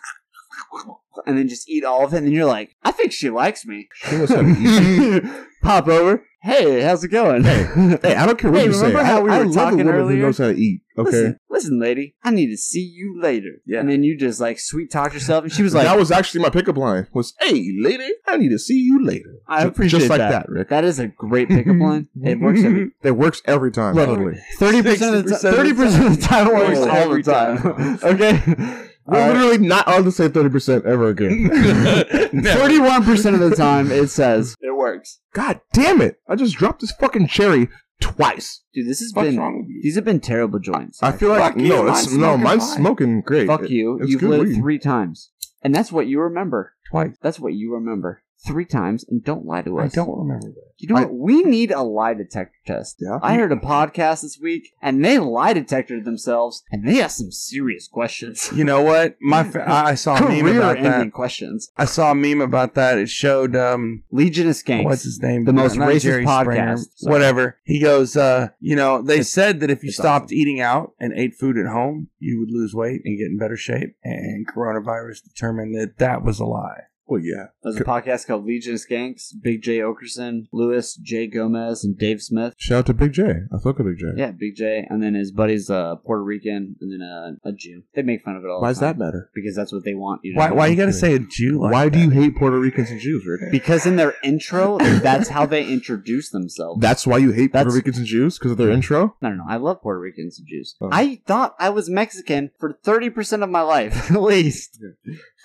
[SPEAKER 3] and then just eat all of it and then you're like, I think she likes me.
[SPEAKER 2] she must have eaten.
[SPEAKER 3] Pop over. Hey, how's it going?
[SPEAKER 2] Hey, I don't care what
[SPEAKER 3] Hey,
[SPEAKER 2] you say.
[SPEAKER 3] remember how
[SPEAKER 2] I-
[SPEAKER 3] we
[SPEAKER 2] I
[SPEAKER 3] were
[SPEAKER 2] love a
[SPEAKER 3] talking
[SPEAKER 2] woman
[SPEAKER 3] earlier?
[SPEAKER 2] Who knows how to eat? Okay,
[SPEAKER 3] Listen, listen, lady. I need to see you later.
[SPEAKER 2] Yeah.
[SPEAKER 3] And then you just like sweet talk yourself, and she was like,
[SPEAKER 2] that was actually my pickup line. Was hey lady, I need to see you later.
[SPEAKER 3] "I
[SPEAKER 2] Ju-
[SPEAKER 3] appreciate
[SPEAKER 2] just like that,
[SPEAKER 3] that.
[SPEAKER 2] Rick.
[SPEAKER 3] That is a great pickup line. It works every
[SPEAKER 2] It works every time.
[SPEAKER 3] Look,
[SPEAKER 2] totally.
[SPEAKER 3] thirty percent of the
[SPEAKER 5] 60% of the
[SPEAKER 3] thirty percent of the time. It works
[SPEAKER 5] Works
[SPEAKER 3] all
[SPEAKER 5] every
[SPEAKER 3] the time. okay.
[SPEAKER 2] We're literally not on the same thirty percent ever again.
[SPEAKER 3] Thirty-one percent of the time, it says it works.
[SPEAKER 2] God damn it! I just dropped this fucking cherry twice.
[SPEAKER 3] Dude, this has
[SPEAKER 5] What's
[SPEAKER 3] been
[SPEAKER 5] wrong with you?
[SPEAKER 3] these have been terrible joints.
[SPEAKER 2] I feel like
[SPEAKER 5] Fuck you,
[SPEAKER 2] no, it's,
[SPEAKER 5] mine's
[SPEAKER 2] no,
[SPEAKER 5] smoking
[SPEAKER 2] mine's
[SPEAKER 5] fine.
[SPEAKER 2] smoking great.
[SPEAKER 3] Fuck
[SPEAKER 2] It-
[SPEAKER 3] you.
[SPEAKER 2] it's
[SPEAKER 3] You've
[SPEAKER 2] good
[SPEAKER 3] lived
[SPEAKER 2] weed.
[SPEAKER 3] three times, and that's what you remember.
[SPEAKER 5] Twice.
[SPEAKER 3] That's what you remember. three times and don't lie to
[SPEAKER 5] I
[SPEAKER 3] us.
[SPEAKER 5] don't remember that.
[SPEAKER 3] You know
[SPEAKER 7] I-
[SPEAKER 3] what? We need a lie detector test.
[SPEAKER 7] Yeah.
[SPEAKER 3] I heard a podcast this week, and they lie detected themselves, and they asked some serious questions.
[SPEAKER 5] You know what? My fa- I I saw a meme about that.
[SPEAKER 3] Career-ending questions.
[SPEAKER 5] I saw a meme about that. It showed um
[SPEAKER 3] Legionist gangs.
[SPEAKER 5] what's his name?
[SPEAKER 3] The most
[SPEAKER 5] Not
[SPEAKER 3] racist
[SPEAKER 5] Jerry Springer,
[SPEAKER 3] podcast. Sorry.
[SPEAKER 5] whatever. He goes, uh, you know, they
[SPEAKER 3] It's-
[SPEAKER 5] said that if you
[SPEAKER 3] it's
[SPEAKER 5] stopped
[SPEAKER 3] awesome.
[SPEAKER 5] eating out and ate food at home, you would lose weight and get in better shape. And coronavirus determined that that was a lie.
[SPEAKER 7] Well, yeah.
[SPEAKER 3] There's a podcast called Legionist Gangs. Big J Okerson, Lewis J Gomez, and Dave Smith.
[SPEAKER 2] Shout out to Big J. I fuck with Big J.
[SPEAKER 3] Yeah, Big J, and then his buddy's uh, Puerto Rican, and then uh, a Jew. They make fun of it all.
[SPEAKER 7] Why
[SPEAKER 3] the
[SPEAKER 7] does
[SPEAKER 3] time
[SPEAKER 7] that matter?
[SPEAKER 3] Because that's what they want you. To
[SPEAKER 5] Why?
[SPEAKER 3] do.
[SPEAKER 5] Why you got to say a Jew? Like
[SPEAKER 7] Why do
[SPEAKER 5] that?
[SPEAKER 7] you hate Puerto Ricans and Jews, Rick?
[SPEAKER 3] Because in their intro, that's how they introduce themselves.
[SPEAKER 7] That's why you hate Puerto
[SPEAKER 3] That's-
[SPEAKER 7] Ricans and Jews because of their intro.
[SPEAKER 3] I don't know. I love Puerto Ricans and Jews.
[SPEAKER 7] Oh.
[SPEAKER 3] I thought I was Mexican for thirty percent of my life, at least.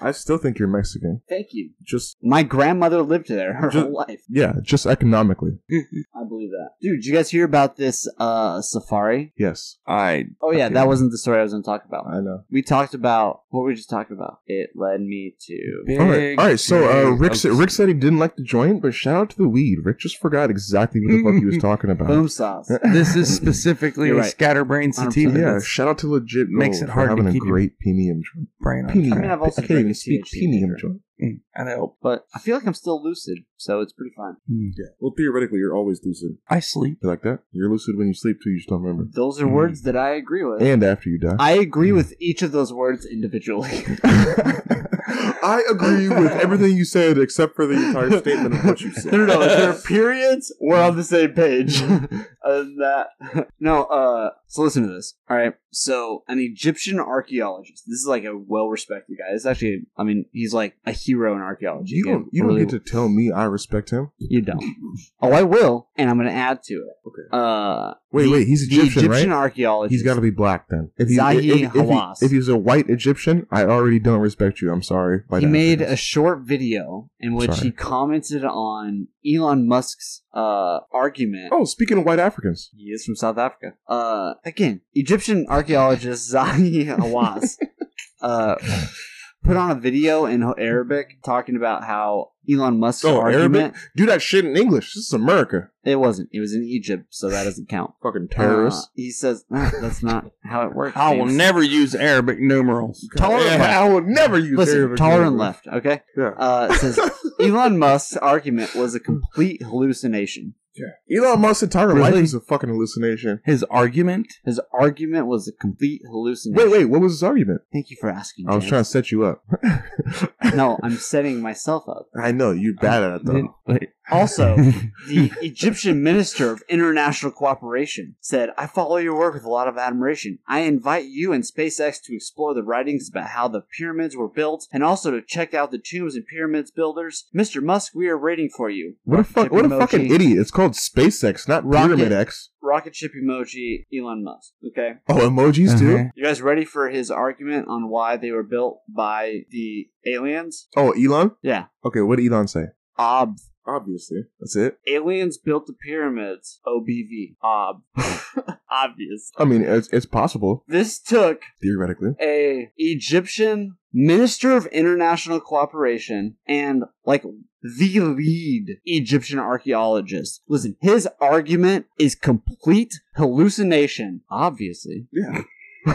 [SPEAKER 2] I still think you're Mexican.
[SPEAKER 3] Thank you.
[SPEAKER 2] Just
[SPEAKER 3] My grandmother lived there her
[SPEAKER 2] Just-
[SPEAKER 3] whole life.
[SPEAKER 2] yeah, just economically.
[SPEAKER 3] I believe that, dude. Did you guys hear about this uh, safari?
[SPEAKER 2] Yes,
[SPEAKER 5] I
[SPEAKER 3] Oh yeah,
[SPEAKER 2] Okay.
[SPEAKER 3] that wasn't the story I was going to talk about.
[SPEAKER 2] I know.
[SPEAKER 3] We talked about what were we just talking about. It led me to.
[SPEAKER 2] All right, all right. So uh, Rick, sa- Rick said he didn't like to join, but shout out to the weed. Rick just forgot exactly what the fuck he was talking about.
[SPEAKER 3] Boom sauce.
[SPEAKER 5] this is specifically
[SPEAKER 3] You're
[SPEAKER 5] a
[SPEAKER 3] right.
[SPEAKER 5] scatterbrain sativa.
[SPEAKER 2] yeah,
[SPEAKER 5] That's
[SPEAKER 2] shout out to legit
[SPEAKER 5] Makes
[SPEAKER 2] Gold for
[SPEAKER 5] it hard to
[SPEAKER 2] having a
[SPEAKER 5] keep your-
[SPEAKER 2] great premium joint.
[SPEAKER 5] brain on
[SPEAKER 3] I mean,
[SPEAKER 5] track.
[SPEAKER 3] I've also
[SPEAKER 2] I can't even
[SPEAKER 3] drank
[SPEAKER 2] speak
[SPEAKER 3] THC
[SPEAKER 2] premium
[SPEAKER 3] drink.
[SPEAKER 2] joint.
[SPEAKER 5] Mm, I know.
[SPEAKER 3] but I feel like I'm still lucid, so it's pretty fun.
[SPEAKER 2] Hmm. Well, theoretically, you're always lucid.
[SPEAKER 5] I sleep.
[SPEAKER 2] You like that? You're lucid when you sleep too. You just don't remember.
[SPEAKER 3] Those are
[SPEAKER 5] Mhm.
[SPEAKER 3] words that I agree with.
[SPEAKER 2] And after you die,
[SPEAKER 3] I agree with each of those words individually.
[SPEAKER 2] I agree with everything you said except for the entire statement of what you said.
[SPEAKER 3] no, no, no. There are periods. We're on the same page. Other than that, no. Uh, so listen to this. All right. So an Egyptian archaeologist. This is like a well-respected guy. This is actually, I mean, he's like a hero in archaeology.
[SPEAKER 2] You don't, you don't
[SPEAKER 3] Really-
[SPEAKER 2] get to tell me I respect him.
[SPEAKER 3] You don't. Oh, I will, and I'm going to add to it.
[SPEAKER 2] Okay.
[SPEAKER 3] Uh,
[SPEAKER 2] Wait,
[SPEAKER 3] the-
[SPEAKER 2] wait, he's
[SPEAKER 3] the
[SPEAKER 2] Egyptian,
[SPEAKER 3] Egyptian
[SPEAKER 2] right?
[SPEAKER 3] archaeologist.
[SPEAKER 2] He's got to be black then. If, he-
[SPEAKER 3] Zahi
[SPEAKER 2] if- if, if,
[SPEAKER 3] Hawass.
[SPEAKER 2] he, if he's a white Egyptian, I already don't respect you. I'm sorry. by
[SPEAKER 3] he
[SPEAKER 2] that
[SPEAKER 3] made a
[SPEAKER 2] reference.
[SPEAKER 3] short video in which
[SPEAKER 2] Sorry.
[SPEAKER 3] he commented on Elon Musk's uh, argument.
[SPEAKER 2] oh, speaking of white Africans,
[SPEAKER 3] He is from South Africa. Uh, again, Egyptian archaeologist Zahi Hawass uh, put on a video in Arabic talking about how Elon Musk's
[SPEAKER 2] Oh,
[SPEAKER 3] argument.
[SPEAKER 2] Arabic? do that shit in English. This is America.
[SPEAKER 3] It wasn't. It was in Egypt, so that doesn't count.
[SPEAKER 2] Fucking
[SPEAKER 3] Uh,
[SPEAKER 2] terrorists.
[SPEAKER 3] he says "No, that's not how it works.
[SPEAKER 5] I will
[SPEAKER 3] James."
[SPEAKER 5] never use Arabic numerals.
[SPEAKER 3] Taller
[SPEAKER 2] Yeah,
[SPEAKER 3] and left.
[SPEAKER 2] I will never use
[SPEAKER 3] Listen,
[SPEAKER 2] Arabic
[SPEAKER 3] taller and
[SPEAKER 2] language.
[SPEAKER 3] left. Okay.
[SPEAKER 2] Yeah.
[SPEAKER 3] Uh, it says Elon Musk's argument was a complete hallucination.
[SPEAKER 2] Elon Musk's entire
[SPEAKER 5] Really?
[SPEAKER 2] life is a fucking hallucination.
[SPEAKER 5] His argument.
[SPEAKER 3] His argument was a complete hallucination.
[SPEAKER 2] Wait, wait, what was his argument?
[SPEAKER 3] Thank you for asking.
[SPEAKER 2] I was trying to
[SPEAKER 3] James.
[SPEAKER 2] set you up.
[SPEAKER 3] No, I'm setting myself up.
[SPEAKER 2] I know you're bad at it though.
[SPEAKER 5] Wait.
[SPEAKER 3] Also, the Egyptian minister of international cooperation said, I follow your work with a lot of admiration. I invite you and SpaceX to explore the writings about how the pyramids were built and also to check out the tombs and pyramids builders. Mr. Musk, we are waiting for you.
[SPEAKER 2] What a fuck!
[SPEAKER 3] Chip
[SPEAKER 2] What a
[SPEAKER 3] emoji.
[SPEAKER 2] fucking idiot! It's called SpaceX, not
[SPEAKER 3] Rocket.
[SPEAKER 2] Pyramid X.
[SPEAKER 3] Rocket ship emoji, Elon Musk. Okay.
[SPEAKER 2] Oh, emojis too.
[SPEAKER 5] Uh-huh.
[SPEAKER 3] You guys ready for his argument on why they were built by the aliens?
[SPEAKER 2] Oh, Elon.
[SPEAKER 3] Yeah.
[SPEAKER 2] Okay, what did Elon say?
[SPEAKER 3] Ob.
[SPEAKER 2] Obviously, that's it.
[SPEAKER 3] Aliens built the pyramids. OBV. Ob. Obvious.
[SPEAKER 2] I mean, it's, it's possible
[SPEAKER 3] This took
[SPEAKER 2] theoretically.
[SPEAKER 3] a Egyptian minister of international cooperation and like the lead Egyptian archaeologist. Listen, his argument is complete hallucination, obviously.
[SPEAKER 2] Yeah.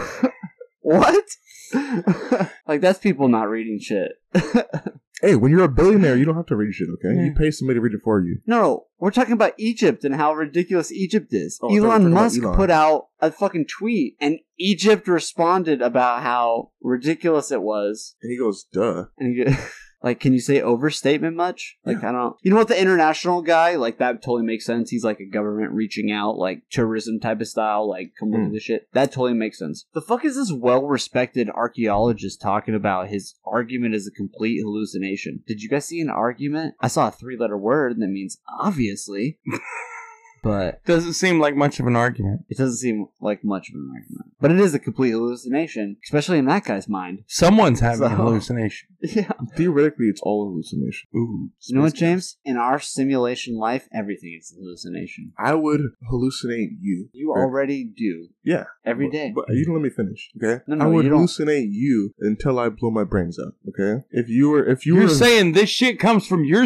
[SPEAKER 3] what? like that's people not reading shit. no,
[SPEAKER 2] Hey, when you're a billionaire, you don't have to read shit. Okay,
[SPEAKER 5] Yeah.
[SPEAKER 2] you pay somebody to read it for you.
[SPEAKER 3] no, we're talking about Egypt and how ridiculous Egypt is.
[SPEAKER 2] Oh, I thought we were
[SPEAKER 3] Elon
[SPEAKER 2] talking about
[SPEAKER 3] Musk
[SPEAKER 2] Elon.
[SPEAKER 3] put out a fucking tweet and Egypt responded about how ridiculous it was
[SPEAKER 2] And he goes, "Duh."
[SPEAKER 3] and you get like can you say overstatement much like i don't you know what the international guy like that totally makes sense he's like a government reaching out like tourism type of style like come look at
[SPEAKER 2] Mm.
[SPEAKER 3] this shit that totally makes sense the fuck is this well-respected archaeologist talking about his argument is a complete hallucination did you guys see an argument i saw a three-letter word that means obviously but
[SPEAKER 5] Doesn't seem like much of an argument.
[SPEAKER 3] it doesn't seem like much of an argument. But it is a complete hallucination, especially in that guy's mind.
[SPEAKER 5] Someone's having a
[SPEAKER 3] So-
[SPEAKER 5] hallucination.
[SPEAKER 3] Yeah.
[SPEAKER 2] Theoretically, it's all hallucination. Ooh.
[SPEAKER 3] You know what, James? In our simulation life, everything is a hallucination.
[SPEAKER 2] I would hallucinate you.
[SPEAKER 3] You
[SPEAKER 2] Or-
[SPEAKER 3] already do.
[SPEAKER 2] Yeah.
[SPEAKER 3] Every day.
[SPEAKER 2] But you don't let me finish, okay?
[SPEAKER 3] No, no,
[SPEAKER 2] I would
[SPEAKER 3] you don't.
[SPEAKER 2] hallucinate you until I blow my brains out, okay? If you were, if you
[SPEAKER 5] You are
[SPEAKER 2] were,
[SPEAKER 5] saying this shit comes from your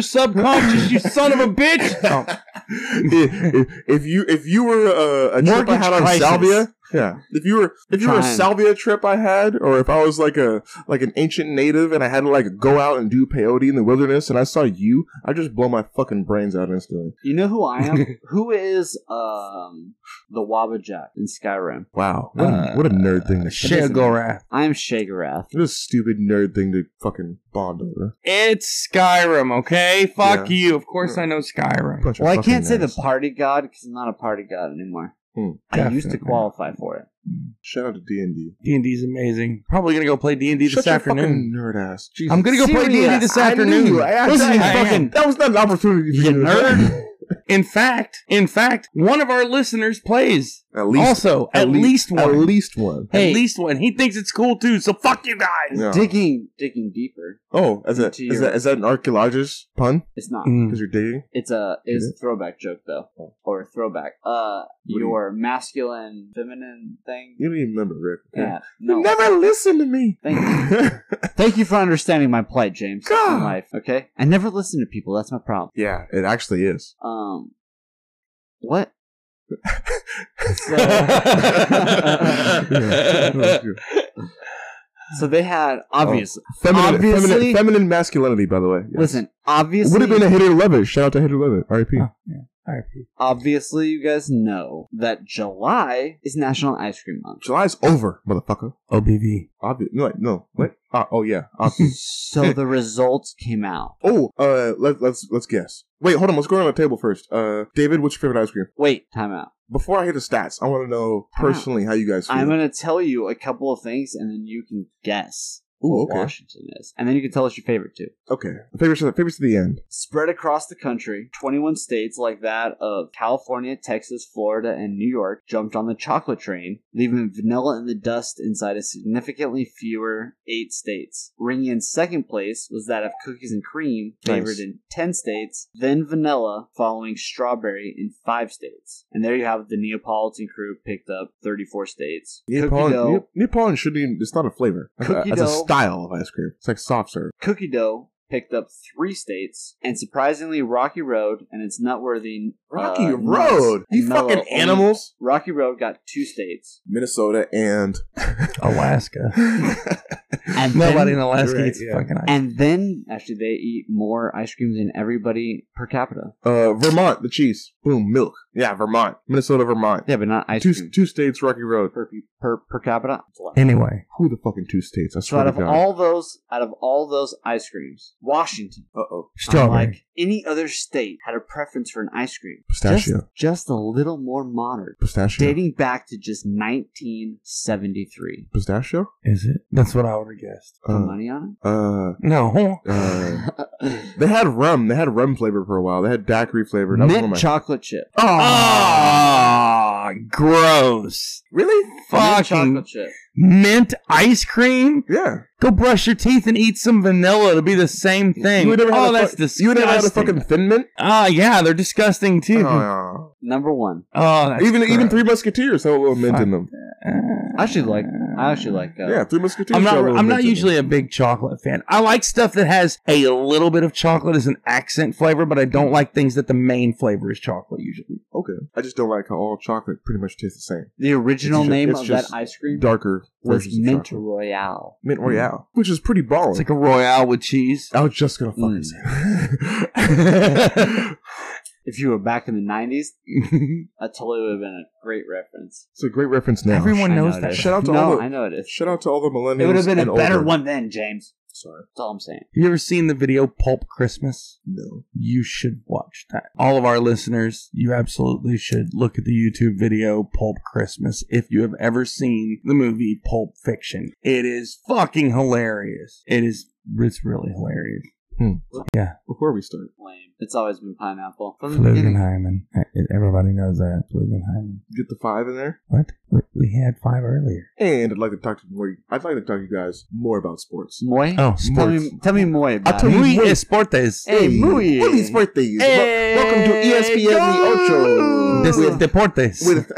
[SPEAKER 5] subconscious, you son of a bitch. No.
[SPEAKER 2] Oh, if, if you if you were uh, a, a trip I
[SPEAKER 5] Mortgage
[SPEAKER 2] had on
[SPEAKER 5] crisis.
[SPEAKER 2] salvia, yeah. If you were if you were a
[SPEAKER 3] Trying.
[SPEAKER 2] salvia trip I had, or if I was like a like an ancient native and I had to like go out and do peyote in the wilderness, and I saw you, I just blow my fucking brains out instantly.
[SPEAKER 3] You know who I am? who is um the Wabba Jack in Skyrim?
[SPEAKER 2] Wow, what, a, what a nerd thing to
[SPEAKER 5] Uh, Shit,
[SPEAKER 2] shit.
[SPEAKER 5] go right.
[SPEAKER 3] I am Shagarath.
[SPEAKER 2] What a stupid nerd thing to fucking bond over.
[SPEAKER 5] It's Skyrim, okay? Fuck
[SPEAKER 2] Yeah.
[SPEAKER 5] you. Of course I know Skyrim.
[SPEAKER 2] Bunch of
[SPEAKER 3] Well, I
[SPEAKER 2] fucking
[SPEAKER 3] can't say the
[SPEAKER 2] nerds.
[SPEAKER 3] party god because I'm not a party god anymore.
[SPEAKER 2] Hmm,
[SPEAKER 3] I used to
[SPEAKER 5] definitely.
[SPEAKER 3] qualify for it.
[SPEAKER 2] Shout out to D and D.
[SPEAKER 5] D&D's amazing. Probably gonna go play D&D this
[SPEAKER 2] Shut your
[SPEAKER 5] afternoon.
[SPEAKER 2] fucking nerd ass. Jesus.
[SPEAKER 5] I'm gonna go play
[SPEAKER 3] Serious.
[SPEAKER 5] D&D this
[SPEAKER 3] I knew
[SPEAKER 5] afternoon.
[SPEAKER 3] you. I- I-
[SPEAKER 5] Listen,
[SPEAKER 3] I-
[SPEAKER 5] you
[SPEAKER 3] I-
[SPEAKER 5] fucking
[SPEAKER 2] That was not an opportunity. for
[SPEAKER 5] You
[SPEAKER 2] to-
[SPEAKER 5] nerd. In fact, in fact, one of our listeners plays.
[SPEAKER 2] At least
[SPEAKER 5] also, at, least, one.
[SPEAKER 2] At least one.
[SPEAKER 5] At
[SPEAKER 3] Hey.
[SPEAKER 5] least one. He thinks it's cool too. So fuck you guys.
[SPEAKER 2] Yeah.
[SPEAKER 3] Digging, digging deeper.
[SPEAKER 2] Oh, is that,
[SPEAKER 3] Into
[SPEAKER 2] is that
[SPEAKER 3] your-
[SPEAKER 2] is that an archaeologist pun?
[SPEAKER 3] It's not.
[SPEAKER 5] Mm.
[SPEAKER 2] Because you're digging.
[SPEAKER 3] It's a it's a throwback joke though, or a throwback.
[SPEAKER 2] Oh.
[SPEAKER 3] Uh,
[SPEAKER 2] do you-
[SPEAKER 3] your masculine, feminine thing.
[SPEAKER 2] You don't even remember, Rick.
[SPEAKER 3] Yeah. No.
[SPEAKER 2] You never listen to me.
[SPEAKER 3] Thank you. Thank you for understanding my plight, James.
[SPEAKER 2] God.
[SPEAKER 3] In life, okay. I never listen to people. That's my problem.
[SPEAKER 2] yeah, it actually is.
[SPEAKER 3] Um, what? So they had obviously,
[SPEAKER 2] Oh. Feminine,
[SPEAKER 3] Obviously-
[SPEAKER 2] feminine, feminine masculinity, by the way. Yes.
[SPEAKER 3] listen, obviously,
[SPEAKER 2] would have been a Hater Levitt. Shout out to Hater Levitt. R.I.P.
[SPEAKER 5] Huh. R.I.P.
[SPEAKER 3] obviously, you guys know that July is National Ice Cream Month.
[SPEAKER 2] July's over, motherfucker.
[SPEAKER 5] OBV.
[SPEAKER 2] Obvious. No, wait, no. What? Ah, oh yeah. Obvious.
[SPEAKER 3] so the results came out.
[SPEAKER 2] oh, uh, let, let's let's guess. Wait, hold on. Let's go around the table first. Uh, David, what's your favorite ice cream?
[SPEAKER 3] Wait, time out.
[SPEAKER 2] Before I hit the stats, I want to know
[SPEAKER 3] Time out.
[SPEAKER 2] personally how you guys feel.
[SPEAKER 3] Uh-huh. I'm gonna tell you a couple of things, and then you can guess
[SPEAKER 2] Ooh,
[SPEAKER 3] what
[SPEAKER 2] okay.
[SPEAKER 3] Washington is, and then you can tell us your favorite too.
[SPEAKER 2] Okay. Favorites to the, favorites to the end.
[SPEAKER 3] Spread across the country, 21 states like that of California, Texas, Florida, and New York jumped on the chocolate train, leaving vanilla in the dust inside a significantly fewer eight states. Ringing in second place was that of cookies and cream, favored
[SPEAKER 2] Nice.
[SPEAKER 3] in 10 states, then vanilla, following strawberry in five states. And there you have it, the Neapolitan crew picked up 34 states. Cookie dough.
[SPEAKER 2] Neapolitan, Nea- Neapolitan shouldn't even, it's not a flavor. That's a,
[SPEAKER 3] Cookie
[SPEAKER 2] that's a
[SPEAKER 3] dough.
[SPEAKER 2] style of ice cream. It's like soft serve.
[SPEAKER 3] Cookie Dough picked up three states, and surprisingly, Rocky Road and its nutworthy uh,
[SPEAKER 2] Rocky
[SPEAKER 3] nuts
[SPEAKER 2] Road!
[SPEAKER 3] and
[SPEAKER 2] You
[SPEAKER 3] mellow
[SPEAKER 2] fucking
[SPEAKER 3] only-
[SPEAKER 2] animals!
[SPEAKER 3] Rocky Road got two states,
[SPEAKER 2] Minnesota and.
[SPEAKER 5] Alaska.
[SPEAKER 3] and
[SPEAKER 5] Nobody in
[SPEAKER 3] then,
[SPEAKER 5] Alaska
[SPEAKER 2] Right,
[SPEAKER 5] gets
[SPEAKER 2] yeah.
[SPEAKER 5] fucking ice.
[SPEAKER 3] and then actually they eat more ice cream than everybody per capita.
[SPEAKER 2] uh, Vermont, the cheese. Boom, milk. Yeah, Vermont. Minnesota, Vermont.
[SPEAKER 3] Yeah, but not ice
[SPEAKER 2] Two,
[SPEAKER 3] cream
[SPEAKER 2] two states, Rocky Road.
[SPEAKER 3] per, pe- per per capita. That's a lot.
[SPEAKER 5] Anyway,
[SPEAKER 2] Who the fucking two states? I
[SPEAKER 3] So
[SPEAKER 2] swear
[SPEAKER 3] out
[SPEAKER 2] to
[SPEAKER 3] of
[SPEAKER 2] God.
[SPEAKER 3] all those, out of all those ice creams, Washington,
[SPEAKER 2] uh oh.
[SPEAKER 5] strawberry.
[SPEAKER 3] unlike any other state, had a preference for an ice cream.
[SPEAKER 2] Pistachio.
[SPEAKER 3] Just, just a little more modern,
[SPEAKER 2] Pistachio.
[SPEAKER 3] dating back to just 1973.
[SPEAKER 2] Pistachio?
[SPEAKER 5] Is it? That's what I would have guessed.
[SPEAKER 3] Put
[SPEAKER 2] Uh,
[SPEAKER 3] money on
[SPEAKER 2] uh,
[SPEAKER 5] No.
[SPEAKER 2] uh,
[SPEAKER 3] it.
[SPEAKER 2] they had rum. They had rum flavor for a while. They had daiquiri flavor. That was one of
[SPEAKER 3] Mint
[SPEAKER 2] my-
[SPEAKER 3] chocolate chip.
[SPEAKER 5] Ah, gross.
[SPEAKER 2] Really?
[SPEAKER 3] Mint
[SPEAKER 5] Fucking
[SPEAKER 3] chocolate chip.
[SPEAKER 5] mint ice cream?
[SPEAKER 2] Yeah.
[SPEAKER 5] Go brush your teeth and eat some vanilla. It'll be the same thing.
[SPEAKER 2] You would never had
[SPEAKER 5] oh,
[SPEAKER 2] a
[SPEAKER 5] that's
[SPEAKER 2] fuck-
[SPEAKER 5] disgusting.
[SPEAKER 2] You would never had a fucking Thin Mint?
[SPEAKER 5] Ah, yeah, they're disgusting
[SPEAKER 2] Oh,
[SPEAKER 5] too. Oh,
[SPEAKER 2] yeah.
[SPEAKER 3] Number one.
[SPEAKER 5] that's
[SPEAKER 2] even even
[SPEAKER 5] gross. Uh,
[SPEAKER 2] Three Musketeers have a little mint in them.
[SPEAKER 3] I actually like. I actually like. Uh,
[SPEAKER 2] Yeah, Three Musketeers.
[SPEAKER 5] I'm not.
[SPEAKER 2] have a little
[SPEAKER 5] I'm
[SPEAKER 2] mint
[SPEAKER 5] not
[SPEAKER 2] in
[SPEAKER 5] usually a big chocolate fan. I like stuff that has a little bit of chocolate as an accent flavor, but I don't like things that the main flavor is chocolate usually.
[SPEAKER 2] them. Okay, I just don't like how all chocolate pretty much tastes the same.
[SPEAKER 3] The original
[SPEAKER 2] It's ju-
[SPEAKER 3] name
[SPEAKER 2] it's
[SPEAKER 3] of
[SPEAKER 2] just
[SPEAKER 3] that ice cream
[SPEAKER 2] Darker
[SPEAKER 3] was
[SPEAKER 2] versions of
[SPEAKER 3] Mint
[SPEAKER 2] chocolate.
[SPEAKER 3] Royale.
[SPEAKER 2] mint Royale, which is pretty balling.
[SPEAKER 5] Mm. It's like a royale with cheese.
[SPEAKER 2] I was just gonna fucking
[SPEAKER 3] Mm.
[SPEAKER 2] say. That.
[SPEAKER 3] If you were back in the '90s, that totally would have been a great reference.
[SPEAKER 2] it's a great reference now.
[SPEAKER 5] Everyone
[SPEAKER 3] I
[SPEAKER 5] knows
[SPEAKER 3] know it
[SPEAKER 5] that.
[SPEAKER 3] is.
[SPEAKER 2] shout out to all
[SPEAKER 3] No,
[SPEAKER 2] the
[SPEAKER 3] I know it is.
[SPEAKER 2] shout out to all the millennials.
[SPEAKER 3] It would have been
[SPEAKER 2] and
[SPEAKER 3] a better
[SPEAKER 2] older.
[SPEAKER 3] one then, James.
[SPEAKER 2] Sorry,
[SPEAKER 3] That's all I'm saying.
[SPEAKER 5] You ever seen the video Pulp Christmas?
[SPEAKER 2] no.
[SPEAKER 5] You should watch that. All of our listeners, you absolutely should look at the YouTube video Pulp Christmas if you have ever seen the movie Pulp Fiction. It is fucking hilarious. It is. It's really hilarious.
[SPEAKER 2] Hmm.
[SPEAKER 5] Yeah.
[SPEAKER 2] Before we start,
[SPEAKER 3] Lame. It's always been pineapple. From the beginning.
[SPEAKER 5] Flugenheimen. Everybody knows that. Flugenheimen.
[SPEAKER 2] Get the five in there.
[SPEAKER 5] What? We- We had five earlier.
[SPEAKER 2] And I'd like to talk to more. I'd like to talk to you guys more about sports.
[SPEAKER 3] Moi?
[SPEAKER 5] Oh,
[SPEAKER 3] Tell
[SPEAKER 5] sports.
[SPEAKER 3] me, tell me moi about
[SPEAKER 2] tell
[SPEAKER 3] it.
[SPEAKER 2] you-
[SPEAKER 5] Muy
[SPEAKER 2] Wait.
[SPEAKER 5] esportes.
[SPEAKER 3] Ah, Hey, muy.
[SPEAKER 2] Willy's birthdays.
[SPEAKER 5] Hey,
[SPEAKER 2] Welcome to E ESPN
[SPEAKER 5] Des
[SPEAKER 2] The Ocho with,
[SPEAKER 5] deportes.
[SPEAKER 2] with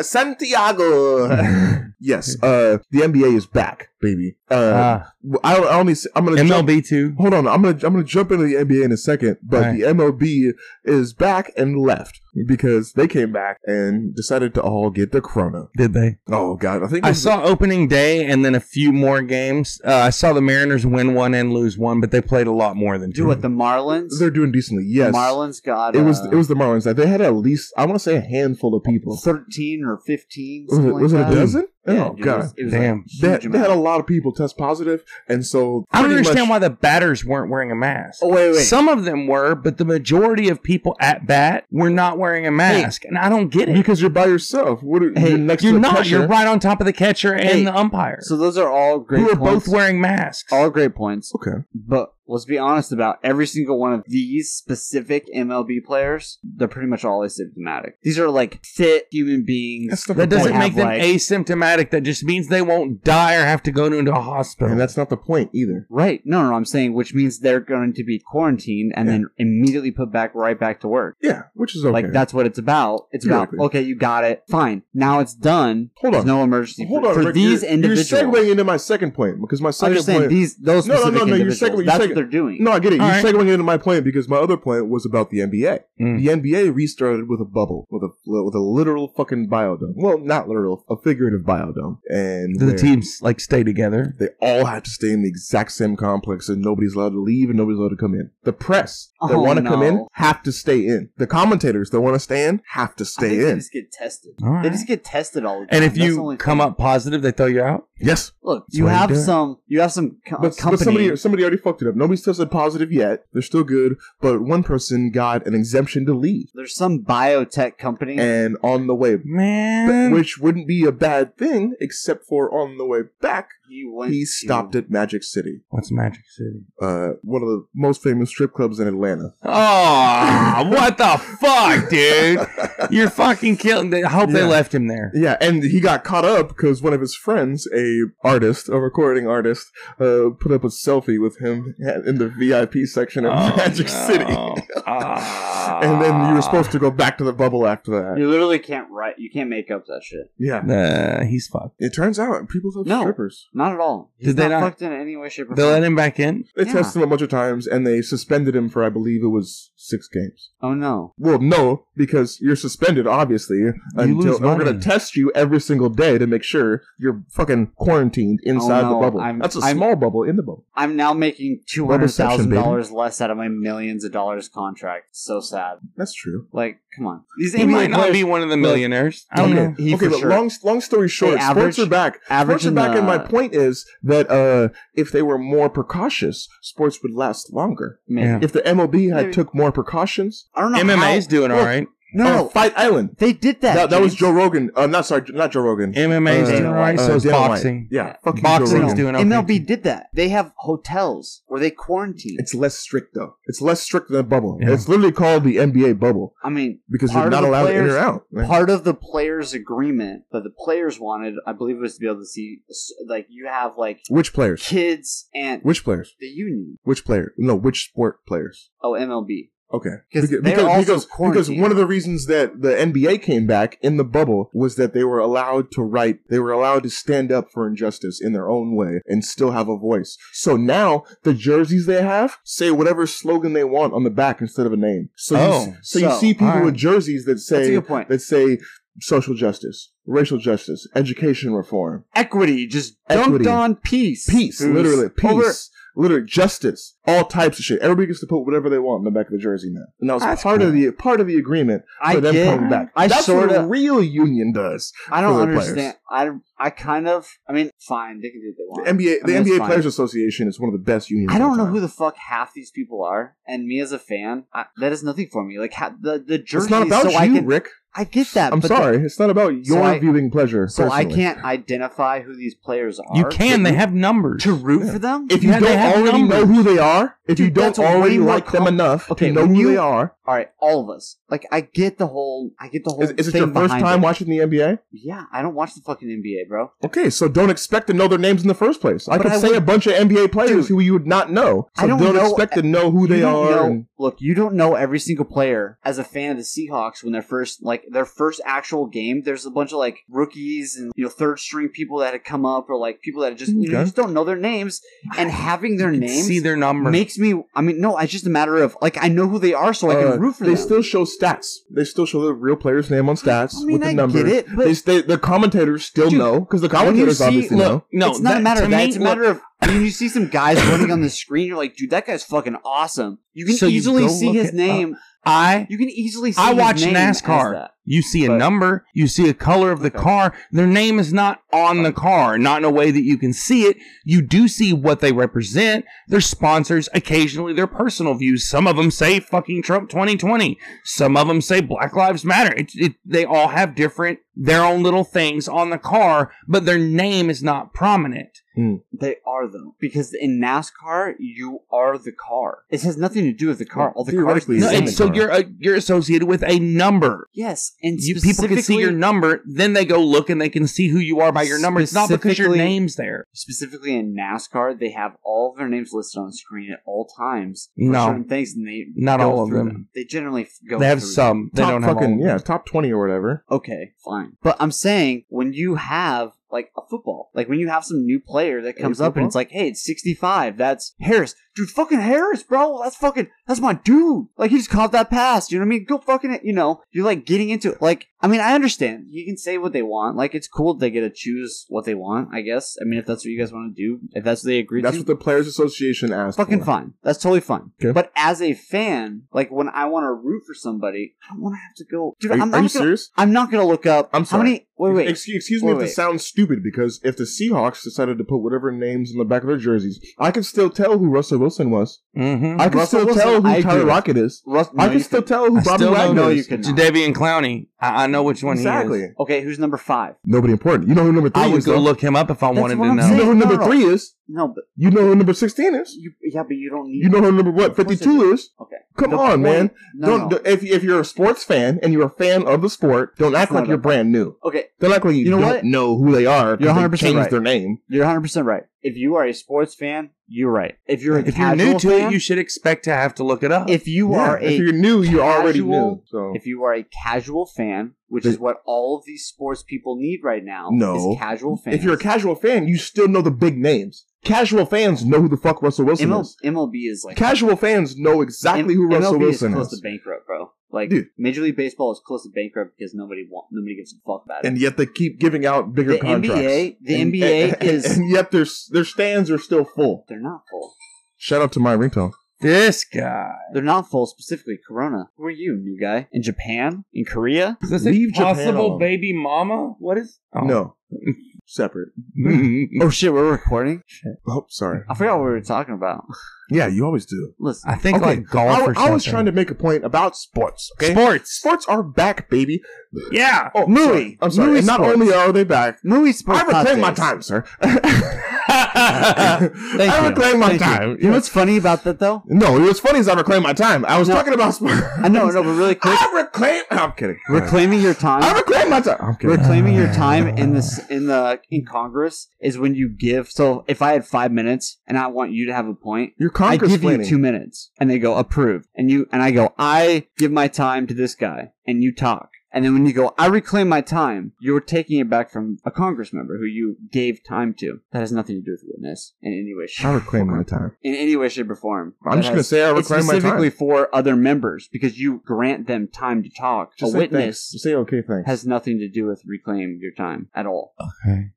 [SPEAKER 2] Santiago. yes, uh, the NBA is back, baby. Uh,
[SPEAKER 5] Ah,
[SPEAKER 2] I, I only s- I'm gonna jump-
[SPEAKER 5] MLB too.
[SPEAKER 2] hold on. I'm gonna I'm gonna jump into the NBA in a second, but
[SPEAKER 5] Alright.
[SPEAKER 2] the MLB is back and left because they came back and decided to all get the corona.
[SPEAKER 5] Did they?
[SPEAKER 2] Oh God, I think it
[SPEAKER 5] I
[SPEAKER 2] was-
[SPEAKER 5] saw opening day and then a few more games. Uh, I saw the Mariners win one and lose one, but they played a lot more than two.
[SPEAKER 3] Do what the Marlins?
[SPEAKER 2] they're doing decently. Yes,
[SPEAKER 3] The Marlins got
[SPEAKER 2] It was
[SPEAKER 3] uh,
[SPEAKER 2] it was the Marlins. Like, They had at least I want to say a handful of people.
[SPEAKER 3] thirteen or fifteen.
[SPEAKER 2] Was it,
[SPEAKER 3] something
[SPEAKER 2] was it
[SPEAKER 3] like
[SPEAKER 2] a
[SPEAKER 3] that.
[SPEAKER 2] dozen?
[SPEAKER 3] Yeah,
[SPEAKER 2] oh
[SPEAKER 3] dude,
[SPEAKER 2] god,
[SPEAKER 3] It was, it was
[SPEAKER 5] Damn.
[SPEAKER 3] A
[SPEAKER 2] they,
[SPEAKER 3] huge
[SPEAKER 2] they had a
[SPEAKER 3] amount.
[SPEAKER 2] lot of people test positive, and so
[SPEAKER 5] I
[SPEAKER 2] pretty
[SPEAKER 5] don't
[SPEAKER 2] much-
[SPEAKER 5] understand why the batters weren't wearing a mask.
[SPEAKER 3] Oh, wait, wait.
[SPEAKER 5] Some of them were, but the majority of people at bat were not wearing a mask, and I don't get it.
[SPEAKER 2] Because you're by yourself. What are,
[SPEAKER 3] Hey,
[SPEAKER 2] you're next
[SPEAKER 5] You're
[SPEAKER 2] to the
[SPEAKER 5] not.
[SPEAKER 2] catcher.
[SPEAKER 5] You're right on top of the catcher and
[SPEAKER 3] Hey,
[SPEAKER 5] the umpire,
[SPEAKER 3] so those are all great.
[SPEAKER 5] who are
[SPEAKER 3] points.
[SPEAKER 5] both wearing masks.
[SPEAKER 3] all great points.
[SPEAKER 2] Okay.
[SPEAKER 3] But let's be honest about every single one of these specific MLB players. They're pretty much all asymptomatic. These are like fit human beings.
[SPEAKER 2] That's not
[SPEAKER 5] that
[SPEAKER 2] the
[SPEAKER 5] doesn't
[SPEAKER 2] point.
[SPEAKER 5] make them
[SPEAKER 3] Have, like-
[SPEAKER 5] asymptomatic. That just means they won't die or have to go into a hospital.
[SPEAKER 2] and that's not the point either.
[SPEAKER 3] Right. No, no, I'm saying which means they're going to be quarantined and
[SPEAKER 2] Yeah.
[SPEAKER 3] then immediately put back right back to work.
[SPEAKER 2] Yeah, which is okay.
[SPEAKER 3] Like that's what it's about. It's about
[SPEAKER 2] Theoretically.
[SPEAKER 3] okay, you got it. Fine. Now it's done.
[SPEAKER 2] Hold
[SPEAKER 3] There's
[SPEAKER 2] on.
[SPEAKER 3] no emergency
[SPEAKER 2] Hold
[SPEAKER 3] for,
[SPEAKER 2] on,
[SPEAKER 3] for
[SPEAKER 2] Rick,
[SPEAKER 3] these
[SPEAKER 2] you're,
[SPEAKER 3] individuals.
[SPEAKER 2] You're segueing into my second point because my
[SPEAKER 3] I'm
[SPEAKER 2] second
[SPEAKER 3] just saying
[SPEAKER 2] point.
[SPEAKER 3] these those
[SPEAKER 2] No, no,
[SPEAKER 3] specific
[SPEAKER 2] no, no, you're
[SPEAKER 3] individuals.
[SPEAKER 2] segueing- you're
[SPEAKER 3] That's
[SPEAKER 2] segueing-
[SPEAKER 3] what they're doing.
[SPEAKER 2] no, I get it.
[SPEAKER 5] All
[SPEAKER 2] you're
[SPEAKER 5] right.
[SPEAKER 2] segueing into my point because my other point was about the NBA.
[SPEAKER 5] Mm.
[SPEAKER 2] The NBA restarted with a bubble, with a with a literal fucking biodome. Well, not literal, a figurative biodome, and
[SPEAKER 5] Do the
[SPEAKER 2] where
[SPEAKER 5] teams like stay together.
[SPEAKER 2] They all have to stay in the exact same complex, and nobody's allowed to leave, and nobody's allowed to come in. The press that
[SPEAKER 3] Oh,
[SPEAKER 2] want to come in
[SPEAKER 3] no.
[SPEAKER 2] have to stay in. The commentators that want to stay in have to
[SPEAKER 3] I think
[SPEAKER 2] stay
[SPEAKER 3] They
[SPEAKER 2] in.
[SPEAKER 3] just get tested.
[SPEAKER 5] All right.
[SPEAKER 3] They just get tested all the time.
[SPEAKER 5] And if
[SPEAKER 3] That's the
[SPEAKER 5] you
[SPEAKER 3] only
[SPEAKER 5] come
[SPEAKER 3] thing.
[SPEAKER 5] up positive, they throw you out.
[SPEAKER 2] Yes,
[SPEAKER 3] look,
[SPEAKER 5] That's
[SPEAKER 3] you
[SPEAKER 5] why you
[SPEAKER 3] have
[SPEAKER 5] do it.
[SPEAKER 3] some, you have some co-
[SPEAKER 2] But,
[SPEAKER 3] Uh, company.
[SPEAKER 2] but somebody somebody already fucked it up. Nobody's tested positive yet. They're still good, but one person got an exemption to leave,
[SPEAKER 3] there's some biotech company.
[SPEAKER 2] and on the way,
[SPEAKER 5] Man,
[SPEAKER 2] which wouldn't be a bad thing, except for on the way back,
[SPEAKER 3] he went.
[SPEAKER 2] he stopped at Magic City,
[SPEAKER 5] what's Magic City?
[SPEAKER 2] uh, one of the most famous strip clubs in Atlanta.
[SPEAKER 5] Oh, what the fuck, dude! You're fucking killing. I hope they
[SPEAKER 2] Yeah.
[SPEAKER 5] left him there.
[SPEAKER 2] Yeah, and he got caught up because one of his friends, a artist, a recording artist, uh, put up a selfie with him in the VIP section of
[SPEAKER 5] Oh,
[SPEAKER 2] Magic
[SPEAKER 5] no.
[SPEAKER 2] City,
[SPEAKER 5] Ah.
[SPEAKER 2] and then you were supposed to go back to the bubble after that.
[SPEAKER 3] You literally can't write. You can't make up that shit.
[SPEAKER 2] Yeah,
[SPEAKER 5] Nah, he's fucked.
[SPEAKER 2] It turns out people love
[SPEAKER 3] No.
[SPEAKER 2] strippers.
[SPEAKER 3] Not at all. He's
[SPEAKER 5] Did they
[SPEAKER 3] not
[SPEAKER 5] not-
[SPEAKER 3] fucked in any way, shape, or
[SPEAKER 5] They let
[SPEAKER 3] form.
[SPEAKER 5] him back in.
[SPEAKER 2] They
[SPEAKER 3] Yeah.
[SPEAKER 2] tested him a bunch of times and they suspended him for, I believe it was six games.
[SPEAKER 3] Oh no.
[SPEAKER 2] Well, no, because you're suspended, obviously.
[SPEAKER 5] lose
[SPEAKER 2] until and we're going
[SPEAKER 5] money.
[SPEAKER 2] to test you every single day to make sure you're fucking quarantined inside
[SPEAKER 3] Oh, no,
[SPEAKER 2] the bubble.
[SPEAKER 3] I'm-
[SPEAKER 2] That's a
[SPEAKER 3] I'm-
[SPEAKER 2] small bubble in the bubble.
[SPEAKER 3] I'm now making two
[SPEAKER 2] Rubber
[SPEAKER 3] hundred
[SPEAKER 2] section,
[SPEAKER 3] thousand
[SPEAKER 2] baby.
[SPEAKER 3] dollars less out of my millions of dollars contract. So sad.
[SPEAKER 2] That's true.
[SPEAKER 3] Like, come on. These
[SPEAKER 5] He
[SPEAKER 3] NBA
[SPEAKER 5] might not
[SPEAKER 3] players-
[SPEAKER 5] be one of the millionaires. I don't
[SPEAKER 2] okay,
[SPEAKER 5] know.
[SPEAKER 3] He
[SPEAKER 2] okay
[SPEAKER 3] for
[SPEAKER 2] but
[SPEAKER 3] sure-
[SPEAKER 2] long, long story short,
[SPEAKER 3] average-
[SPEAKER 2] sports are back.
[SPEAKER 3] average
[SPEAKER 2] Sports are
[SPEAKER 3] in
[SPEAKER 2] back,
[SPEAKER 3] the-
[SPEAKER 2] and my point is that uh, if they were more precautious, sports would last longer.
[SPEAKER 3] Maybe.
[SPEAKER 5] Yeah.
[SPEAKER 2] If the MLB had
[SPEAKER 3] Maybe.
[SPEAKER 2] took more precautions,
[SPEAKER 3] I don't know.
[SPEAKER 5] MMA's
[SPEAKER 3] how- uh,
[SPEAKER 5] doing all right.
[SPEAKER 2] no,
[SPEAKER 3] No,
[SPEAKER 2] Fight Island.
[SPEAKER 3] they did that.
[SPEAKER 2] That, that was
[SPEAKER 3] James.
[SPEAKER 2] Joe Rogan. Uh, not sorry, not Joe Rogan.
[SPEAKER 5] MMA's
[SPEAKER 2] Uh,
[SPEAKER 5] doing all right.
[SPEAKER 2] uh,
[SPEAKER 3] Oh,
[SPEAKER 5] so is
[SPEAKER 2] Dana White.
[SPEAKER 5] boxing.
[SPEAKER 2] Yeah, fuck you, Joe
[SPEAKER 5] Boxing's
[SPEAKER 2] Rogan.
[SPEAKER 5] doing okay.
[SPEAKER 3] MLB did that. They have hotels where they quarantine.
[SPEAKER 2] It's less strict though. It's less strict than a bubble.
[SPEAKER 5] Yeah.
[SPEAKER 2] It's literally called the NBA bubble
[SPEAKER 3] I mean,
[SPEAKER 2] because
[SPEAKER 3] Part
[SPEAKER 2] you're
[SPEAKER 3] of
[SPEAKER 2] not
[SPEAKER 3] the
[SPEAKER 2] allowed in
[SPEAKER 3] players-
[SPEAKER 2] or out. Like,
[SPEAKER 3] part of the players' agreement that the players wanted, I believe, was to be able to see, like, you have like
[SPEAKER 2] Which players?
[SPEAKER 3] kids and
[SPEAKER 2] Which players?
[SPEAKER 3] the union.
[SPEAKER 2] Which player? No, which sport players?
[SPEAKER 3] Oh, MLB.
[SPEAKER 2] Okay,
[SPEAKER 3] 'Cause
[SPEAKER 2] Beca-
[SPEAKER 3] they're also
[SPEAKER 2] because, because
[SPEAKER 3] quarantined.
[SPEAKER 2] one of the reasons that the NBA came back in the bubble was that they were allowed to write, they were allowed to stand up for injustice in their own way and still have a voice. So now the jerseys they have say whatever slogan they want on the back instead of a name. So you,
[SPEAKER 5] Oh,
[SPEAKER 2] s- so, you
[SPEAKER 3] so,
[SPEAKER 2] see people
[SPEAKER 5] alright.
[SPEAKER 2] with jerseys that
[SPEAKER 3] That's a
[SPEAKER 2] say
[SPEAKER 3] good point.
[SPEAKER 2] that say social justice, racial justice, education reform,
[SPEAKER 3] Equity just dumped
[SPEAKER 2] Equity.
[SPEAKER 3] on peace.
[SPEAKER 2] peace,
[SPEAKER 3] Who's
[SPEAKER 2] literally peace.
[SPEAKER 3] over-
[SPEAKER 2] Literally justice, all types of shit. Everybody gets to put whatever they want on the back of the jersey now, and that was
[SPEAKER 5] That's
[SPEAKER 2] part of
[SPEAKER 5] cool.
[SPEAKER 2] the part of the agreement
[SPEAKER 3] I
[SPEAKER 2] for them coming
[SPEAKER 3] get.
[SPEAKER 2] back.
[SPEAKER 3] I
[SPEAKER 2] That's
[SPEAKER 3] sort
[SPEAKER 2] what a
[SPEAKER 3] of.
[SPEAKER 2] real union does.
[SPEAKER 3] I don't
[SPEAKER 2] for their
[SPEAKER 3] understand. I I kind of. I mean, fine. They can do what
[SPEAKER 2] The
[SPEAKER 3] they want.
[SPEAKER 2] NBA,
[SPEAKER 3] I
[SPEAKER 2] the
[SPEAKER 3] mean, it's
[SPEAKER 2] NBA
[SPEAKER 3] fine.
[SPEAKER 2] Players Association is one of the best unions.
[SPEAKER 3] I don't
[SPEAKER 2] of
[SPEAKER 3] know
[SPEAKER 2] all
[SPEAKER 3] who
[SPEAKER 2] time.
[SPEAKER 3] the fuck half these people are, and me as a fan, I, that is nothing for me. Like ha- the the jersey,
[SPEAKER 2] It's not about
[SPEAKER 3] so I
[SPEAKER 2] you,
[SPEAKER 3] can
[SPEAKER 2] Rick.
[SPEAKER 3] I get that.
[SPEAKER 2] I'm
[SPEAKER 3] but the-
[SPEAKER 2] sorry, it's not about
[SPEAKER 3] So
[SPEAKER 2] your
[SPEAKER 3] I-
[SPEAKER 2] viewing pleasure.
[SPEAKER 3] so I
[SPEAKER 2] personally.
[SPEAKER 3] can't identify who these players are.
[SPEAKER 5] You can. They have numbers.
[SPEAKER 3] to root for them.
[SPEAKER 2] If you
[SPEAKER 5] Yeah, they
[SPEAKER 2] don't
[SPEAKER 5] have
[SPEAKER 2] already know
[SPEAKER 5] numbers.
[SPEAKER 2] who they are, if you
[SPEAKER 3] Dude,
[SPEAKER 2] don't
[SPEAKER 3] that's way
[SPEAKER 2] already
[SPEAKER 3] more
[SPEAKER 2] like them
[SPEAKER 3] com-
[SPEAKER 2] enough
[SPEAKER 3] Okay,
[SPEAKER 2] to know
[SPEAKER 3] when
[SPEAKER 2] who
[SPEAKER 3] you-
[SPEAKER 2] they are,
[SPEAKER 3] all right, all of us. Like I get the whole. I get the whole.
[SPEAKER 2] is, is it
[SPEAKER 3] thing
[SPEAKER 2] your first
[SPEAKER 3] behind
[SPEAKER 2] time
[SPEAKER 3] it.
[SPEAKER 2] watching the NBA?
[SPEAKER 3] Yeah, I don't watch the fucking NBA, bro.
[SPEAKER 2] Okay, so don't expect to know their names in the first place. I
[SPEAKER 3] But
[SPEAKER 2] could
[SPEAKER 3] I
[SPEAKER 2] say
[SPEAKER 3] would-
[SPEAKER 2] a bunch of NBA players
[SPEAKER 3] Dude,
[SPEAKER 2] who you would not know. So
[SPEAKER 3] I don't
[SPEAKER 2] don't,
[SPEAKER 3] know-
[SPEAKER 2] expect to know who they
[SPEAKER 3] You don't
[SPEAKER 2] are.
[SPEAKER 3] know-
[SPEAKER 2] and-
[SPEAKER 3] look, you don't know every single player as a fan of the Seahawks when their first like their first actual game. There's a bunch of like rookies and you know third string people that had come up or like people that had just you, know,
[SPEAKER 2] Okay.
[SPEAKER 3] you just don't know their names. And having their names
[SPEAKER 5] See their numbers.
[SPEAKER 3] makes me. I mean, no, it's just a matter of like I know who they are, so I
[SPEAKER 2] Uh,
[SPEAKER 3] can root for
[SPEAKER 2] they
[SPEAKER 3] them.
[SPEAKER 2] still show stats. They still show the real player's name on stats
[SPEAKER 3] I mean,
[SPEAKER 2] with the
[SPEAKER 3] I
[SPEAKER 2] number.
[SPEAKER 3] get it, but
[SPEAKER 2] They, they, the commentators still
[SPEAKER 3] Dude,
[SPEAKER 2] know because the
[SPEAKER 3] when you
[SPEAKER 2] commentators
[SPEAKER 3] see-
[SPEAKER 2] obviously know.
[SPEAKER 5] Look, no,
[SPEAKER 3] it's not
[SPEAKER 5] that-
[SPEAKER 3] a matter
[SPEAKER 5] to
[SPEAKER 3] of that.
[SPEAKER 5] me,
[SPEAKER 3] it's a
[SPEAKER 5] look,
[SPEAKER 3] matter of when you see some guys running on the screen, you're like, dude, that guy's fucking awesome. You can
[SPEAKER 5] So you
[SPEAKER 3] easily
[SPEAKER 5] go
[SPEAKER 3] see
[SPEAKER 5] look
[SPEAKER 3] his
[SPEAKER 5] it
[SPEAKER 3] name.
[SPEAKER 5] I
[SPEAKER 3] You can easily see
[SPEAKER 5] I
[SPEAKER 3] his
[SPEAKER 5] watch
[SPEAKER 3] name as
[SPEAKER 5] NASCAR.
[SPEAKER 3] that.
[SPEAKER 5] You see a
[SPEAKER 3] But-
[SPEAKER 5] number, you see a color of the
[SPEAKER 3] Okay. Um,
[SPEAKER 5] car. Their name is not on the car, not in a way that you can see it. You do see what they represent, their sponsors, occasionally their personal views. Some of them say fucking Trump 2020. Some of them say Black Lives Matter. It, it, they all have different their own little things on the car, but their name is not prominent.
[SPEAKER 3] They are though, because in NASCAR you are the car. It has nothing to do with the car. All the cars.
[SPEAKER 2] Theoretically,
[SPEAKER 5] No,
[SPEAKER 2] It's in
[SPEAKER 5] it's,
[SPEAKER 2] the
[SPEAKER 5] so
[SPEAKER 2] car.
[SPEAKER 5] you're uh, you're associated with a number.
[SPEAKER 3] yes, and
[SPEAKER 5] you, people can see your
[SPEAKER 3] specifically-
[SPEAKER 5] number, then they go look and they can see who you are by your number. It's not because your
[SPEAKER 3] Specifically-
[SPEAKER 5] name's there.
[SPEAKER 3] specifically in NASCAR, they have all of their names listed on the screen at all times. for
[SPEAKER 5] No.
[SPEAKER 3] certain things, and they
[SPEAKER 5] Not
[SPEAKER 3] go
[SPEAKER 5] all of
[SPEAKER 3] through
[SPEAKER 5] them.
[SPEAKER 3] They generally f- go.
[SPEAKER 5] They have
[SPEAKER 3] through
[SPEAKER 5] some. They
[SPEAKER 2] top
[SPEAKER 5] don't have
[SPEAKER 2] fucking
[SPEAKER 5] all.
[SPEAKER 2] yeah, top twenty or whatever.
[SPEAKER 3] okay, fine. But I'm saying when you have like a football, like when you have some new player that comes up and it's like, hey, it's 65. That's Harris, dude. Fucking Harris, bro. That's fucking. That's my dude. Like he just caught that pass. You know what I mean? Go fucking. it. You know, you're like getting into it. Like I mean, I understand. You can say what they want. Like it's cool they get to choose what they want. I guess. I mean, if that's what you guys want to do, if that's what they agree
[SPEAKER 2] That's
[SPEAKER 3] to,
[SPEAKER 2] what the Players Association asked.
[SPEAKER 3] fucking
[SPEAKER 2] for.
[SPEAKER 3] fine. That's totally fine.
[SPEAKER 2] Okay.
[SPEAKER 3] But as a fan, like when I want to root for somebody, I don't want to have to go. Dude,
[SPEAKER 2] Are you,
[SPEAKER 3] I'm
[SPEAKER 2] are
[SPEAKER 3] not
[SPEAKER 2] you
[SPEAKER 3] gonna,
[SPEAKER 2] serious?
[SPEAKER 3] I'm not gonna look up.
[SPEAKER 2] I'm sorry.
[SPEAKER 3] How many? Wait, wait.
[SPEAKER 2] Excuse, excuse me
[SPEAKER 3] Wait,
[SPEAKER 2] if
[SPEAKER 3] wait.
[SPEAKER 2] this sounds stupid because if the Seahawks decided to put whatever names on the back of their jerseys, I could still tell who Russell Wilson was.
[SPEAKER 5] Mm-hmm.
[SPEAKER 2] I could
[SPEAKER 3] Russell
[SPEAKER 2] still
[SPEAKER 3] Wilson,
[SPEAKER 2] tell who
[SPEAKER 3] I agree
[SPEAKER 2] Tyler
[SPEAKER 3] with.
[SPEAKER 2] Rocket is.
[SPEAKER 3] Russ,
[SPEAKER 2] I
[SPEAKER 3] no,
[SPEAKER 2] can
[SPEAKER 3] you
[SPEAKER 2] still
[SPEAKER 3] could-
[SPEAKER 2] tell who
[SPEAKER 5] I
[SPEAKER 2] Bobby
[SPEAKER 5] still don't
[SPEAKER 2] Wagner
[SPEAKER 5] know
[SPEAKER 3] No,
[SPEAKER 2] is.
[SPEAKER 3] you could not.
[SPEAKER 5] Jadavian Clowney. I, I know which one
[SPEAKER 2] Exactly.
[SPEAKER 5] he is.
[SPEAKER 3] Okay, who's number five?
[SPEAKER 2] Nobody important. You know who number three
[SPEAKER 5] I would
[SPEAKER 2] is.
[SPEAKER 5] go
[SPEAKER 2] though.
[SPEAKER 5] look him up if I
[SPEAKER 3] That's
[SPEAKER 5] wanted
[SPEAKER 3] what
[SPEAKER 5] to
[SPEAKER 3] I'm
[SPEAKER 5] know.
[SPEAKER 2] You know who
[SPEAKER 3] No,
[SPEAKER 2] number
[SPEAKER 3] no, no.
[SPEAKER 2] three is.
[SPEAKER 3] No, but
[SPEAKER 2] You know who number sixteen is.
[SPEAKER 3] you, yeah, but you don't need.
[SPEAKER 2] You know who number what
[SPEAKER 3] Of course I
[SPEAKER 2] fifty two is.
[SPEAKER 3] Okay.
[SPEAKER 2] Come
[SPEAKER 3] The
[SPEAKER 2] on,
[SPEAKER 3] point-
[SPEAKER 2] man.
[SPEAKER 3] No,
[SPEAKER 2] don't
[SPEAKER 3] no.
[SPEAKER 2] d- if if you're a sports fan and you're a fan of the sport, don't act
[SPEAKER 3] not
[SPEAKER 2] like you're
[SPEAKER 3] about-
[SPEAKER 2] brand new.
[SPEAKER 3] Okay,
[SPEAKER 2] Don't act like you,
[SPEAKER 3] You know
[SPEAKER 2] don't
[SPEAKER 3] what?
[SPEAKER 2] know who they are. 'cause
[SPEAKER 3] You're
[SPEAKER 2] they
[SPEAKER 3] 100%
[SPEAKER 2] changed
[SPEAKER 3] right.
[SPEAKER 2] Their name.
[SPEAKER 3] you're 100 percent right. If you are a sports fan, you're right. If you're a
[SPEAKER 5] If you're
[SPEAKER 3] casual
[SPEAKER 5] new to
[SPEAKER 3] fan,
[SPEAKER 5] it, you should expect to have to look it up.
[SPEAKER 3] if you
[SPEAKER 2] Yeah,
[SPEAKER 3] are
[SPEAKER 2] if
[SPEAKER 3] a
[SPEAKER 2] you're new, you're already new.
[SPEAKER 3] casual-
[SPEAKER 2] So
[SPEAKER 3] if you are a casual fan, which
[SPEAKER 2] The-
[SPEAKER 3] is what all of these sports people need right now,
[SPEAKER 2] No.
[SPEAKER 3] is casual fans.
[SPEAKER 2] if you're a casual fan, you still know the big names. Casual fans know who the fuck Russell Wilson
[SPEAKER 3] ML,
[SPEAKER 2] is.
[SPEAKER 3] MLB is like
[SPEAKER 2] Casual fans know exactly
[SPEAKER 3] M-
[SPEAKER 2] who Russell
[SPEAKER 3] MLB
[SPEAKER 2] Wilson
[SPEAKER 3] is close
[SPEAKER 2] is.
[SPEAKER 3] to bankrupt, bro. Like
[SPEAKER 2] Dude.
[SPEAKER 3] Major League Baseball is close to bankrupt because nobody want, nobody gives a fuck about it.
[SPEAKER 2] and yet they keep giving out bigger
[SPEAKER 3] the
[SPEAKER 2] contracts.
[SPEAKER 3] NBA, the
[SPEAKER 2] And-
[SPEAKER 3] NBA
[SPEAKER 2] and-
[SPEAKER 3] is
[SPEAKER 2] and yet their their stands are still full.
[SPEAKER 3] they're not full.
[SPEAKER 2] Shout out to my ringtone.
[SPEAKER 5] this guy.
[SPEAKER 3] They're not full specifically Corona. Who are you, new guy? In Japan? In Korea?
[SPEAKER 5] Is this
[SPEAKER 2] Leave
[SPEAKER 5] Leave
[SPEAKER 2] Japan
[SPEAKER 5] possible
[SPEAKER 2] alone.
[SPEAKER 5] baby mama? What is? Oh.
[SPEAKER 2] No, separate.
[SPEAKER 3] Oh shit, we're recording.
[SPEAKER 2] Oh, sorry.
[SPEAKER 3] I forgot what we were talking about.
[SPEAKER 2] Yeah, you always do.
[SPEAKER 3] Listen,
[SPEAKER 5] I think
[SPEAKER 2] Okay.
[SPEAKER 5] like golf
[SPEAKER 2] I,
[SPEAKER 5] or something.
[SPEAKER 2] I was trying to make a point about sports. Okay,
[SPEAKER 5] sports.
[SPEAKER 2] sports are back, baby.
[SPEAKER 5] Yeah.
[SPEAKER 2] Oh,
[SPEAKER 3] Movie.
[SPEAKER 2] sorry. I'm sorry.
[SPEAKER 3] Movie
[SPEAKER 2] And not
[SPEAKER 3] sports.
[SPEAKER 2] only are they back,
[SPEAKER 3] movie sports.
[SPEAKER 2] I reclaim my
[SPEAKER 3] updates.
[SPEAKER 2] time, sir.
[SPEAKER 5] Thank
[SPEAKER 2] I
[SPEAKER 5] you.
[SPEAKER 2] reclaim my
[SPEAKER 3] Thank you.
[SPEAKER 2] time.
[SPEAKER 3] You know what's funny about that though?
[SPEAKER 2] No, what's funny is I reclaim my time. I was
[SPEAKER 3] No.
[SPEAKER 2] talking about sports.
[SPEAKER 3] I know, no, but really quick,
[SPEAKER 2] I reclaim. I'm kidding.
[SPEAKER 3] reclaiming your time.
[SPEAKER 2] I reclaim my time. I'm kidding.
[SPEAKER 3] reclaiming your time in this in the in Congress is when you give. So if I had five minutes and I want you to have a point,
[SPEAKER 2] Your
[SPEAKER 3] I
[SPEAKER 2] Congress
[SPEAKER 3] give you two minutes, and they go approved, and you and I go I give my time to this guy, and you talk. And then when you go, I reclaim my time, you're taking it back from a Congress member who you gave time to. That has nothing to do with witness in any way, shape,
[SPEAKER 2] I reclaim my time.
[SPEAKER 3] in any way, shape, or form.
[SPEAKER 2] I'm
[SPEAKER 3] That
[SPEAKER 2] just gonna
[SPEAKER 3] has-
[SPEAKER 2] say I
[SPEAKER 3] it's
[SPEAKER 2] reclaim my
[SPEAKER 3] specifically
[SPEAKER 2] time.
[SPEAKER 3] for other members because you grant them time to talk.
[SPEAKER 2] Just
[SPEAKER 3] a
[SPEAKER 2] say
[SPEAKER 3] witness
[SPEAKER 2] thanks. Just say okay, thanks.
[SPEAKER 3] has nothing to do with reclaim your time at all.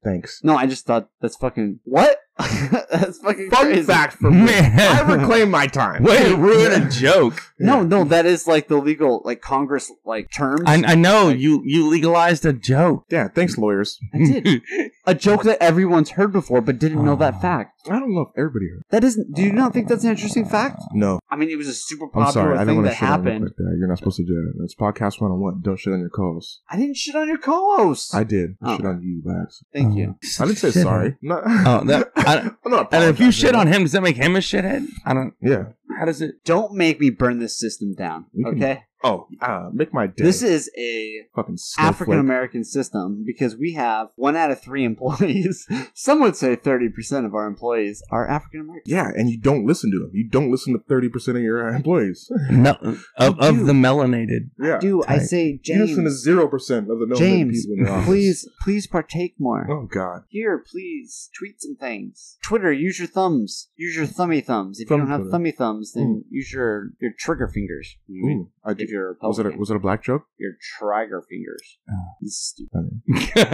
[SPEAKER 2] Thanks.
[SPEAKER 3] No, I just thought that's fucking what? that's fucking
[SPEAKER 2] Fun
[SPEAKER 3] crazy.
[SPEAKER 2] fact for me. I
[SPEAKER 5] Man.
[SPEAKER 2] reclaim my time.
[SPEAKER 5] Way to ruin a joke.
[SPEAKER 3] No, no, that is like the legal, like Congress, like terms.
[SPEAKER 5] I, I know you you legalized a joke.
[SPEAKER 2] Yeah, thanks, lawyers. Oh.
[SPEAKER 3] I did a joke that everyone's heard before, but didn't know that fact.
[SPEAKER 2] I don't know if everybody heard.
[SPEAKER 3] That isn't. Do you not think that's an interesting fact?
[SPEAKER 2] No,
[SPEAKER 3] I mean, it was a super
[SPEAKER 2] I'm
[SPEAKER 3] popular
[SPEAKER 2] sorry. I didn't
[SPEAKER 3] thing
[SPEAKER 2] want
[SPEAKER 3] that
[SPEAKER 2] to shit on you
[SPEAKER 3] happened.
[SPEAKER 2] like that. You're not supposed to do that. It's podcast one on one. Don't shit on your co-host.
[SPEAKER 3] I didn't shit on your co-host.
[SPEAKER 2] I did. I
[SPEAKER 3] Oh.
[SPEAKER 2] shit on you, Max.
[SPEAKER 3] Thank
[SPEAKER 5] Oh.
[SPEAKER 3] you.
[SPEAKER 2] I didn't say sorry. No.
[SPEAKER 5] Oh, that- I-
[SPEAKER 2] I'm not.
[SPEAKER 5] And if you
[SPEAKER 2] apologizing.
[SPEAKER 5] shit on him, does that make him a shithead? I don't.
[SPEAKER 2] yeah.
[SPEAKER 5] How does it?
[SPEAKER 3] Don't make me burn this system down.
[SPEAKER 2] We can-
[SPEAKER 3] Okay,
[SPEAKER 2] Oh, uh, make my day.
[SPEAKER 3] this is a
[SPEAKER 2] fucking snowflake.
[SPEAKER 3] African American system because we have one out of three employees. Some would say thirty percent of our employees are African American.
[SPEAKER 2] Yeah, and you don't listen to them. You don't listen to thirty percent of your employees.
[SPEAKER 5] Mel- of, of
[SPEAKER 3] do.
[SPEAKER 5] the melanated.
[SPEAKER 2] Yeah,
[SPEAKER 3] Do I
[SPEAKER 5] Type.
[SPEAKER 3] say
[SPEAKER 2] you listen to
[SPEAKER 3] James?
[SPEAKER 2] zero percent of the known
[SPEAKER 3] James,
[SPEAKER 2] people in your office.
[SPEAKER 3] please, please partake more.
[SPEAKER 2] Oh God,
[SPEAKER 3] Here, please tweet some things. Twitter, use your thumbs. Use your thummy thumbs. If
[SPEAKER 2] Thumb
[SPEAKER 3] you don't have
[SPEAKER 2] Twitter. Hmm.
[SPEAKER 3] thummy thumbs, then use your your trigger fingers. You know what I mean?
[SPEAKER 2] Ooh, I
[SPEAKER 3] If
[SPEAKER 2] did.
[SPEAKER 3] you're a
[SPEAKER 2] Hmm. Was it a,
[SPEAKER 3] Republican,
[SPEAKER 2] was it Ah. a black joke?
[SPEAKER 3] your trigger fingers. This is stupid.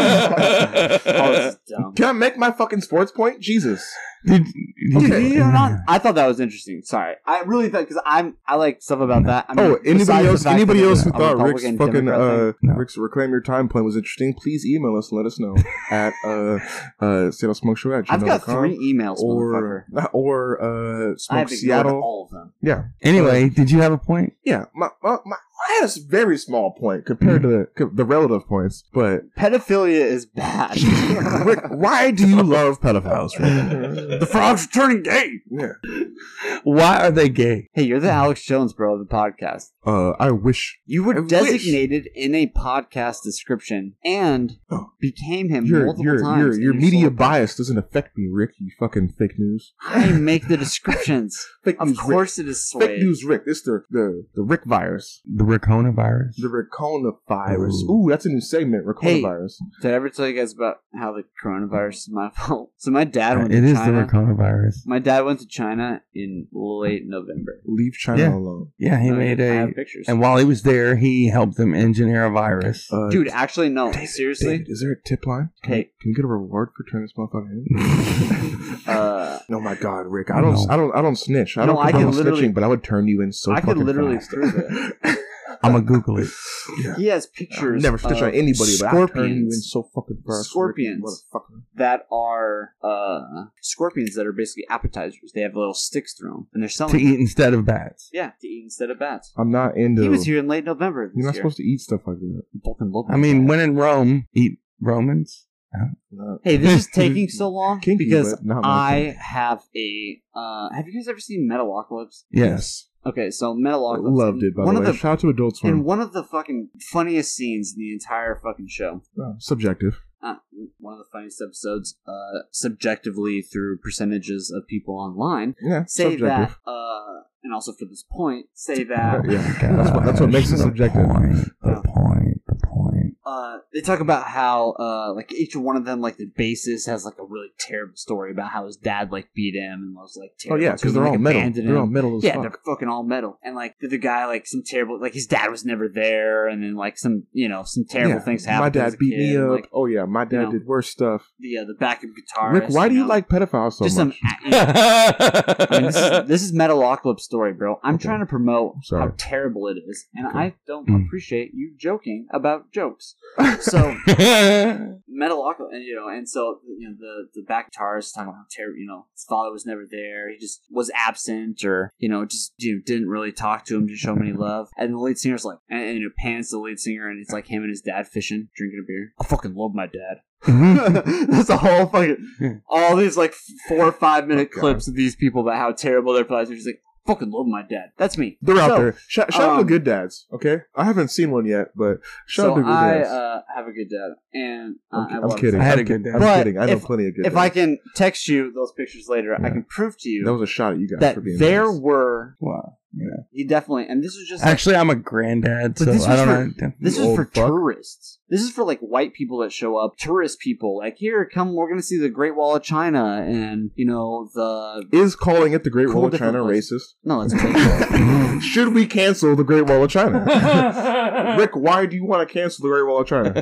[SPEAKER 3] Oh, this
[SPEAKER 5] Did-
[SPEAKER 3] is dumb.
[SPEAKER 2] Can I make my fucking sports point? Jesus.
[SPEAKER 5] did-
[SPEAKER 3] Dude, you know not- I thought that was interesting. Sorry, I really thought because I'm I like stuff about that. I mean,
[SPEAKER 2] Oh,
[SPEAKER 3] besides
[SPEAKER 2] anybody
[SPEAKER 3] the
[SPEAKER 2] else?
[SPEAKER 3] fact
[SPEAKER 2] Anybody
[SPEAKER 3] that
[SPEAKER 2] else
[SPEAKER 3] it's
[SPEAKER 2] who
[SPEAKER 3] a
[SPEAKER 2] thought Rick's
[SPEAKER 3] Republican,
[SPEAKER 2] fucking
[SPEAKER 3] Democrat thing.
[SPEAKER 2] uh,
[SPEAKER 5] No.
[SPEAKER 2] Rick's reclaim your time plan was interesting? Please email us and let us know at uh uh Seattle Smoke Show at
[SPEAKER 3] I've got
[SPEAKER 2] gmail.com
[SPEAKER 3] three emails,
[SPEAKER 2] or
[SPEAKER 3] motherfucker.
[SPEAKER 2] or uh
[SPEAKER 3] I
[SPEAKER 2] Smoke
[SPEAKER 3] have ignored
[SPEAKER 2] Seattle.
[SPEAKER 3] all of them.
[SPEAKER 5] anyway, did you have a point?
[SPEAKER 2] Yeah, my, my, my I had a s- very small point compared to the co- the relative points, but
[SPEAKER 3] Pedophilia is bad.
[SPEAKER 2] Rick, why do you love pedophiles? Rick?
[SPEAKER 5] The frogs are turning gay.
[SPEAKER 2] Yeah.
[SPEAKER 5] Why are they gay?
[SPEAKER 3] hey, you're the Alex Jones, bro, of the podcast.
[SPEAKER 2] Uh, I wish
[SPEAKER 3] You
[SPEAKER 2] I
[SPEAKER 3] were
[SPEAKER 2] wish.
[SPEAKER 3] designated in a podcast description and
[SPEAKER 2] Oh.
[SPEAKER 3] became him
[SPEAKER 2] your
[SPEAKER 3] multiple
[SPEAKER 2] your
[SPEAKER 3] times.
[SPEAKER 2] your
[SPEAKER 3] and
[SPEAKER 2] your
[SPEAKER 3] you
[SPEAKER 2] media
[SPEAKER 3] sold it.
[SPEAKER 2] bias doesn't affect me, Rick. You fucking fake news.
[SPEAKER 3] I make the descriptions.
[SPEAKER 2] Fake
[SPEAKER 3] of
[SPEAKER 2] news,
[SPEAKER 3] course, it
[SPEAKER 2] Rick.
[SPEAKER 3] is swayed.
[SPEAKER 2] Fake news, Rick. It's the the the Rick virus.
[SPEAKER 5] The Ricona virus.
[SPEAKER 2] The Ricona virus.
[SPEAKER 5] Ooh.
[SPEAKER 2] Ooh, that's a new segment. Ricona
[SPEAKER 3] Hey.
[SPEAKER 2] virus.
[SPEAKER 3] Did I ever tell you guys about how the coronavirus is my fault? So my
[SPEAKER 2] Uh,
[SPEAKER 3] dad went
[SPEAKER 5] it
[SPEAKER 3] to
[SPEAKER 5] is the
[SPEAKER 3] China.
[SPEAKER 5] Ricona virus.
[SPEAKER 3] my dad went to China in late November.
[SPEAKER 2] Leave China
[SPEAKER 5] Yeah.
[SPEAKER 2] alone.
[SPEAKER 5] Yeah, he
[SPEAKER 3] I-
[SPEAKER 5] made
[SPEAKER 3] I
[SPEAKER 5] a.
[SPEAKER 3] have pictures.
[SPEAKER 5] And while he was there, he helped them engineer a virus.
[SPEAKER 2] Uh,
[SPEAKER 3] Dude, actually, no.
[SPEAKER 2] David,
[SPEAKER 3] seriously,
[SPEAKER 2] David, is there a tip line? Can,
[SPEAKER 3] Hey.
[SPEAKER 2] can we get a reward for turning this motherfucker in?
[SPEAKER 3] uh,
[SPEAKER 2] No, my God, Rick, I don't,
[SPEAKER 5] No.
[SPEAKER 2] I don't, I don't snitch. I
[SPEAKER 3] No,
[SPEAKER 2] don't
[SPEAKER 3] I
[SPEAKER 2] condone
[SPEAKER 3] could literally-
[SPEAKER 2] snitching, but I would turn you in so
[SPEAKER 3] I could
[SPEAKER 2] fucking
[SPEAKER 3] literally
[SPEAKER 2] fast.
[SPEAKER 3] prove it.
[SPEAKER 5] I'm gonna Google it.
[SPEAKER 3] He has pictures.
[SPEAKER 2] Never snitch
[SPEAKER 3] of
[SPEAKER 2] on anybody, but I turn you in
[SPEAKER 3] scorpions
[SPEAKER 2] so fucking fast. Rick, you
[SPEAKER 3] Scorpions.
[SPEAKER 2] motherfucker.
[SPEAKER 3] that are uh, scorpions that are basically appetizers. They have little sticks through them, and they're selling.
[SPEAKER 5] to eat instead of bats.
[SPEAKER 3] Yeah, to eat instead of bats.
[SPEAKER 2] I'm not into.
[SPEAKER 3] He was here in late November. This
[SPEAKER 2] You're not
[SPEAKER 3] year.
[SPEAKER 2] supposed to eat stuff like that.
[SPEAKER 3] Fucking love
[SPEAKER 5] I
[SPEAKER 3] it.
[SPEAKER 5] mean, when in Rome, eat Romans.
[SPEAKER 2] Not-
[SPEAKER 3] hey, this is taking so long
[SPEAKER 2] Kinky,
[SPEAKER 3] because
[SPEAKER 2] but not my
[SPEAKER 3] I
[SPEAKER 2] thing.
[SPEAKER 3] have a. Uh, have you guys ever seen Metalocalypse?
[SPEAKER 5] Yes.
[SPEAKER 3] Okay, so Metalocalypse
[SPEAKER 2] loved it. By
[SPEAKER 3] one
[SPEAKER 2] the way,
[SPEAKER 3] of the
[SPEAKER 2] shout out to Adult
[SPEAKER 3] and
[SPEAKER 2] Swim.
[SPEAKER 3] one of the fucking funniest scenes in the entire fucking show.
[SPEAKER 2] Uh, subjective.
[SPEAKER 3] Uh, one of the funniest episodes, uh, subjectively through percentages of people online,
[SPEAKER 2] Yeah,
[SPEAKER 3] say
[SPEAKER 2] subjective.
[SPEAKER 3] that, uh, and also for this point, say that
[SPEAKER 2] Yeah, that's what- that's what makes it
[SPEAKER 5] The
[SPEAKER 2] subjective.
[SPEAKER 5] Point,
[SPEAKER 3] Yeah.
[SPEAKER 5] the point. The point.
[SPEAKER 3] uh, they talk about how uh, like each one of them, like the bassist, has like a really terrible story about how his dad like beat him and was like
[SPEAKER 2] Oh
[SPEAKER 3] terrible.
[SPEAKER 2] yeah,
[SPEAKER 3] to
[SPEAKER 2] because
[SPEAKER 3] him,
[SPEAKER 2] they're
[SPEAKER 3] like,
[SPEAKER 2] all metal.
[SPEAKER 3] abandoned
[SPEAKER 2] They're
[SPEAKER 3] him.
[SPEAKER 2] all metal as
[SPEAKER 3] yeah,
[SPEAKER 2] fuck.
[SPEAKER 3] they're fucking all metal, and like the other guy, like some terrible, like his dad was never there, and then like some, you know, some terrible
[SPEAKER 2] Yeah,
[SPEAKER 3] things happened.
[SPEAKER 2] My
[SPEAKER 3] as a
[SPEAKER 2] dad beat
[SPEAKER 3] kid,
[SPEAKER 2] me up.
[SPEAKER 3] Like,
[SPEAKER 2] oh yeah, my dad
[SPEAKER 3] you know,
[SPEAKER 2] did worse stuff.
[SPEAKER 3] the uh, the backup guitarist.
[SPEAKER 2] Rick, why do you
[SPEAKER 3] know,
[SPEAKER 2] like pedophiles so
[SPEAKER 3] just
[SPEAKER 2] much?
[SPEAKER 3] some? you know, I mean, this is this is Metalocalypse story, bro. I'm
[SPEAKER 2] Okay.
[SPEAKER 3] trying to promote
[SPEAKER 2] Sorry.
[SPEAKER 3] how terrible it is, and
[SPEAKER 2] Okay. Hmm.
[SPEAKER 3] I don't
[SPEAKER 5] Mm.
[SPEAKER 3] appreciate you joking about jokes. So. Metalocalypse, and you know, and so you know the the back guitarist talking about how terrible, you know, his father was never there. He just was absent, or you know, just you know, didn't really talk to him, didn't show him any love. And the lead singer's like, and, and it pans to the lead singer, and it's like him and his dad fishing, drinking a beer. I fucking love my dad. That's a whole fucking all these like four or five minute
[SPEAKER 2] Oh, God.
[SPEAKER 3] clips of these people about how terrible their lives are. Just like fucking love my dad. That's me.
[SPEAKER 2] They're out
[SPEAKER 3] So,
[SPEAKER 2] there. Shout, shout out to
[SPEAKER 3] um,
[SPEAKER 2] good dads, okay? I haven't seen one yet, but shout out
[SPEAKER 3] so
[SPEAKER 2] to good
[SPEAKER 3] I
[SPEAKER 2] dads.
[SPEAKER 3] uh, have a good dad, and uh, I
[SPEAKER 2] I'm,
[SPEAKER 3] love
[SPEAKER 2] I'm kidding.
[SPEAKER 5] I had
[SPEAKER 2] I'm
[SPEAKER 5] a
[SPEAKER 2] kid-
[SPEAKER 5] good dad.
[SPEAKER 2] I'm
[SPEAKER 3] But
[SPEAKER 2] kidding. I know
[SPEAKER 3] if-
[SPEAKER 2] plenty of good
[SPEAKER 3] if
[SPEAKER 2] dads.
[SPEAKER 3] I can text you those pictures later, I
[SPEAKER 2] Yeah.
[SPEAKER 3] can prove to you
[SPEAKER 2] that was a shot at you guys
[SPEAKER 3] that
[SPEAKER 2] for being
[SPEAKER 3] there
[SPEAKER 2] nice.
[SPEAKER 3] were
[SPEAKER 5] Wow, yeah.
[SPEAKER 3] he definitely and this is just like,
[SPEAKER 5] Actually, I'm a granddad,
[SPEAKER 3] But
[SPEAKER 5] so
[SPEAKER 3] this
[SPEAKER 5] I
[SPEAKER 3] was
[SPEAKER 5] don't know.
[SPEAKER 3] this
[SPEAKER 2] you
[SPEAKER 3] is
[SPEAKER 2] old
[SPEAKER 3] for
[SPEAKER 2] fuck.
[SPEAKER 3] tourists this is for like white people that show up tourist people like here come we're gonna see the great wall of china and you know the
[SPEAKER 2] Is calling it the Great
[SPEAKER 3] Cool
[SPEAKER 2] Wall of
[SPEAKER 3] different
[SPEAKER 2] China
[SPEAKER 3] place. no it's
[SPEAKER 2] racist? Should we cancel the Great Wall of China? Rick, why do you want to cancel the Great Wall of China?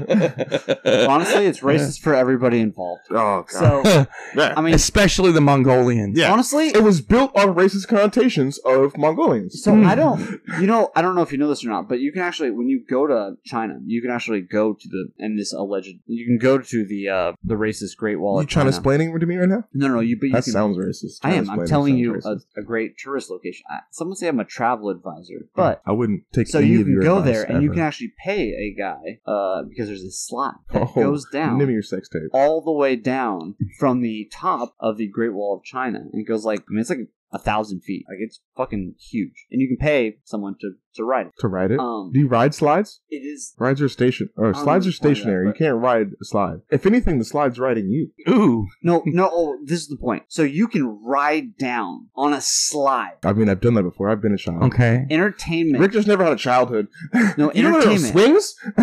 [SPEAKER 3] honestly it's racist for everybody involved
[SPEAKER 2] Oh, God.
[SPEAKER 3] so um, i mean
[SPEAKER 5] Especially the Mongolians.
[SPEAKER 2] Yeah.
[SPEAKER 3] honestly
[SPEAKER 2] it was built on racist connotations of Mongolians. Hmm. claims.
[SPEAKER 3] So I don't, you know, I don't know if you know this or not, but you can actually, when you go to China, you can actually go to the and this alleged, you can go to the uh the racist Great Wall.
[SPEAKER 2] you
[SPEAKER 3] of
[SPEAKER 2] trying to
[SPEAKER 3] China.
[SPEAKER 2] explaining to me right now?
[SPEAKER 3] No, no, you. But you
[SPEAKER 2] That
[SPEAKER 3] can,
[SPEAKER 2] sounds racist.
[SPEAKER 3] I am.
[SPEAKER 2] China's
[SPEAKER 3] I'm
[SPEAKER 2] explaining
[SPEAKER 3] telling you uh,
[SPEAKER 2] sounds racist. Hmm.
[SPEAKER 3] a, a great tourist location. I, some would say I'm a travel advisor, but
[SPEAKER 2] I wouldn't take.
[SPEAKER 3] so
[SPEAKER 2] any
[SPEAKER 3] you
[SPEAKER 2] of
[SPEAKER 3] can
[SPEAKER 2] your
[SPEAKER 3] go
[SPEAKER 2] advice
[SPEAKER 3] there and you
[SPEAKER 2] ever.
[SPEAKER 3] can actually pay a guy uh, because there's this slot that
[SPEAKER 2] Oh,
[SPEAKER 3] goes down
[SPEAKER 2] Name your sex tape.
[SPEAKER 3] all the way down from the top of the Great Wall of China, and it goes like I mean, it's like a thousand feet. Like it's fucking huge, and you can pay someone to to ride it.
[SPEAKER 2] To ride it?
[SPEAKER 3] Um,
[SPEAKER 2] Do you ride slides?
[SPEAKER 3] it is
[SPEAKER 2] Rides are station or
[SPEAKER 3] don't
[SPEAKER 2] slides
[SPEAKER 3] know
[SPEAKER 2] are
[SPEAKER 3] the point of that,
[SPEAKER 2] stationary.
[SPEAKER 3] but-
[SPEAKER 2] you can't ride a slide. If anything, the slide's riding you.
[SPEAKER 5] Ooh.
[SPEAKER 3] no, no. Oh, this is the point. So you can ride down on a slide.
[SPEAKER 2] I mean, I've done that before. I've been a child.
[SPEAKER 5] Okay.
[SPEAKER 3] Entertainment.
[SPEAKER 2] Rick just never had a childhood.
[SPEAKER 3] No,
[SPEAKER 2] you know there are
[SPEAKER 3] entertainment.
[SPEAKER 2] swings.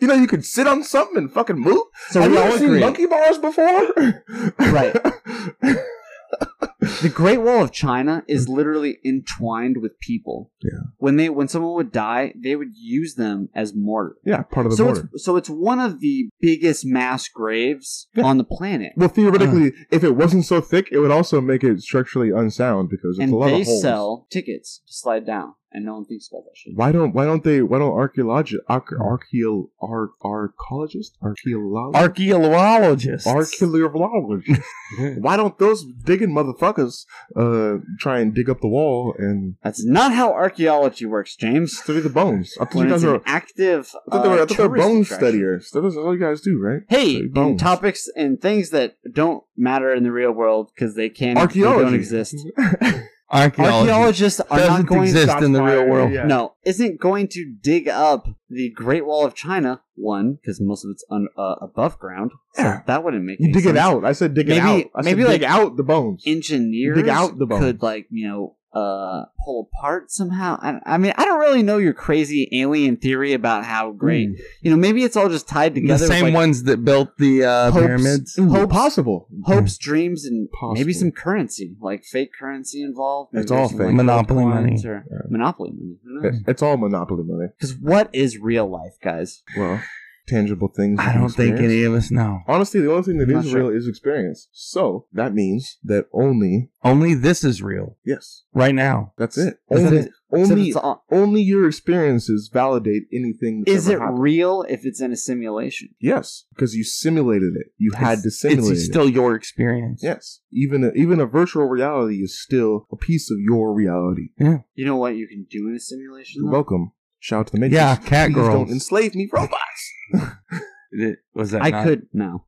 [SPEAKER 2] you know you could sit on something and fucking move.
[SPEAKER 3] so
[SPEAKER 2] Have
[SPEAKER 3] we
[SPEAKER 2] you
[SPEAKER 3] all
[SPEAKER 2] ever seen
[SPEAKER 3] agree.
[SPEAKER 2] monkey bars before?
[SPEAKER 3] Right. the Great Wall of China is literally entwined with people.
[SPEAKER 2] Mm-hmm. Yeah.
[SPEAKER 3] When they when someone would die, they would use them as mortar.
[SPEAKER 2] yeah, part of the
[SPEAKER 3] so
[SPEAKER 2] border.
[SPEAKER 3] it's so it's one of the biggest mass graves
[SPEAKER 2] Yeah.
[SPEAKER 3] on the planet.
[SPEAKER 2] Well, theoretically,
[SPEAKER 3] Uh.
[SPEAKER 2] if it wasn't so thick, it would also make it structurally unsound because it's
[SPEAKER 3] And
[SPEAKER 2] a lot
[SPEAKER 3] they
[SPEAKER 2] of holes.
[SPEAKER 3] sell tickets to slide down, and no one thinks about that shit.
[SPEAKER 2] Why don't Why don't they Why don't archaeologists archaeo ar- archaeologists archaeologists
[SPEAKER 5] Archaeologists.
[SPEAKER 2] archaeologists Why don't those digging motherfuckers uh, try and dig up the wall and
[SPEAKER 3] That's not how archaeology works, James.
[SPEAKER 2] study the bones? I thought
[SPEAKER 3] When
[SPEAKER 2] you
[SPEAKER 3] it's
[SPEAKER 2] guys
[SPEAKER 3] an
[SPEAKER 2] were. I
[SPEAKER 3] active
[SPEAKER 2] thought they
[SPEAKER 3] uh,
[SPEAKER 2] were, I thought they were
[SPEAKER 3] tourist
[SPEAKER 2] bone
[SPEAKER 3] attraction.
[SPEAKER 2] studiers. That is all you guys do, right?
[SPEAKER 3] Hey,
[SPEAKER 2] Study
[SPEAKER 3] in
[SPEAKER 2] bones.
[SPEAKER 3] topics and things that don't matter in the real world because they can not they
[SPEAKER 2] Archaeology
[SPEAKER 3] don't exist.
[SPEAKER 5] Archaeologists.
[SPEAKER 3] Archaeologists are not
[SPEAKER 5] Doesn't
[SPEAKER 3] going
[SPEAKER 5] exist in the real world.
[SPEAKER 2] Yeah.
[SPEAKER 3] No, isn't going to dig up the Great Wall of China. One, because most of it's un, uh, above ground.
[SPEAKER 2] Yeah.
[SPEAKER 3] That wouldn't make
[SPEAKER 2] You
[SPEAKER 3] any
[SPEAKER 2] dig it
[SPEAKER 3] sense.
[SPEAKER 2] out. I said dig it
[SPEAKER 3] Maybe-
[SPEAKER 2] out. I
[SPEAKER 3] maybe,
[SPEAKER 2] said
[SPEAKER 3] like,
[SPEAKER 2] dig out the bones.
[SPEAKER 3] Engineers
[SPEAKER 2] Dig out the bone.
[SPEAKER 3] could like you know uh, pull apart somehow. I, I mean, I don't really know your crazy alien theory about how great.
[SPEAKER 2] Hmm.
[SPEAKER 3] You know, maybe it's all just tied
[SPEAKER 5] The
[SPEAKER 3] together. with,
[SPEAKER 5] same
[SPEAKER 3] like,
[SPEAKER 5] ones that built the uh,
[SPEAKER 2] Popes.
[SPEAKER 5] pyramids.
[SPEAKER 2] Ooh, possible.
[SPEAKER 3] hopes, dreams, and
[SPEAKER 2] Possible.
[SPEAKER 3] maybe some currency, like fake currency involved. Maybe
[SPEAKER 2] It's all
[SPEAKER 3] there's some,
[SPEAKER 2] fake.
[SPEAKER 3] like,
[SPEAKER 5] Monopoly
[SPEAKER 3] coins
[SPEAKER 5] money.
[SPEAKER 3] or monopoly money. Who knows?
[SPEAKER 2] It- It's all monopoly money.
[SPEAKER 3] Because what is real life, guys?
[SPEAKER 2] Well, tangible things. you
[SPEAKER 5] I
[SPEAKER 2] can
[SPEAKER 5] don't think
[SPEAKER 2] experience.
[SPEAKER 5] any of us know.
[SPEAKER 2] Honestly, the only thing that
[SPEAKER 3] I'm not
[SPEAKER 2] is
[SPEAKER 3] sure.
[SPEAKER 2] real is experience. So that means that only
[SPEAKER 5] Only this is real
[SPEAKER 2] yes,
[SPEAKER 5] right now.
[SPEAKER 2] that's it.
[SPEAKER 3] Is
[SPEAKER 2] Only
[SPEAKER 3] it- Except
[SPEAKER 2] only,
[SPEAKER 3] it's all-
[SPEAKER 2] only your experiences validate anything. That's
[SPEAKER 3] Is
[SPEAKER 2] ever
[SPEAKER 3] it
[SPEAKER 2] happened.
[SPEAKER 3] real if it's in a simulation?
[SPEAKER 2] Yes, because you simulated it. You had to
[SPEAKER 5] It's-
[SPEAKER 2] simulate
[SPEAKER 5] It's
[SPEAKER 2] it.
[SPEAKER 5] still your experience.
[SPEAKER 2] Yes, even a, even a virtual reality is still a piece of your reality.
[SPEAKER 3] You know what you can do in a simulation?
[SPEAKER 2] You're
[SPEAKER 3] though?
[SPEAKER 2] welcome. Shout out to the Matrix.
[SPEAKER 5] Yeah, cat
[SPEAKER 2] Please don't
[SPEAKER 5] girls.
[SPEAKER 2] enslave me, robots.
[SPEAKER 5] It- was that
[SPEAKER 3] I
[SPEAKER 5] not-
[SPEAKER 3] could no.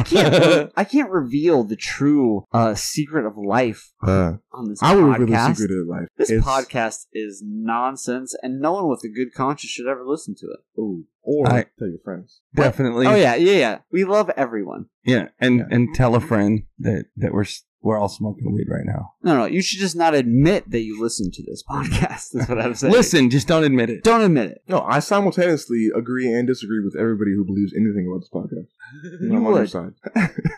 [SPEAKER 3] can't. I can't reveal the true uh, secret of life
[SPEAKER 2] Uh,
[SPEAKER 3] on this.
[SPEAKER 2] I would
[SPEAKER 3] podcast.
[SPEAKER 2] reveal the secret of life.
[SPEAKER 3] This
[SPEAKER 2] It's-
[SPEAKER 3] podcast is nonsense, and no one with a good conscience should ever listen to it.
[SPEAKER 2] Ooh, oh, or
[SPEAKER 5] I-
[SPEAKER 2] tell your friends.
[SPEAKER 5] definitely.
[SPEAKER 3] Oh yeah, yeah, yeah. We love everyone.
[SPEAKER 5] Yeah, and
[SPEAKER 2] Yeah.
[SPEAKER 5] and tell a friend that that we're s- we're all smoking weed right now.
[SPEAKER 3] No, no. You should just not admit that you listen to this podcast. That's what I'm saying.
[SPEAKER 5] Listen, just don't admit it.
[SPEAKER 3] don't admit it.
[SPEAKER 2] No, I simultaneously agree and disagree with everybody who believes anything about this podcast. And
[SPEAKER 3] You
[SPEAKER 2] I'm on your
[SPEAKER 3] would.
[SPEAKER 2] side.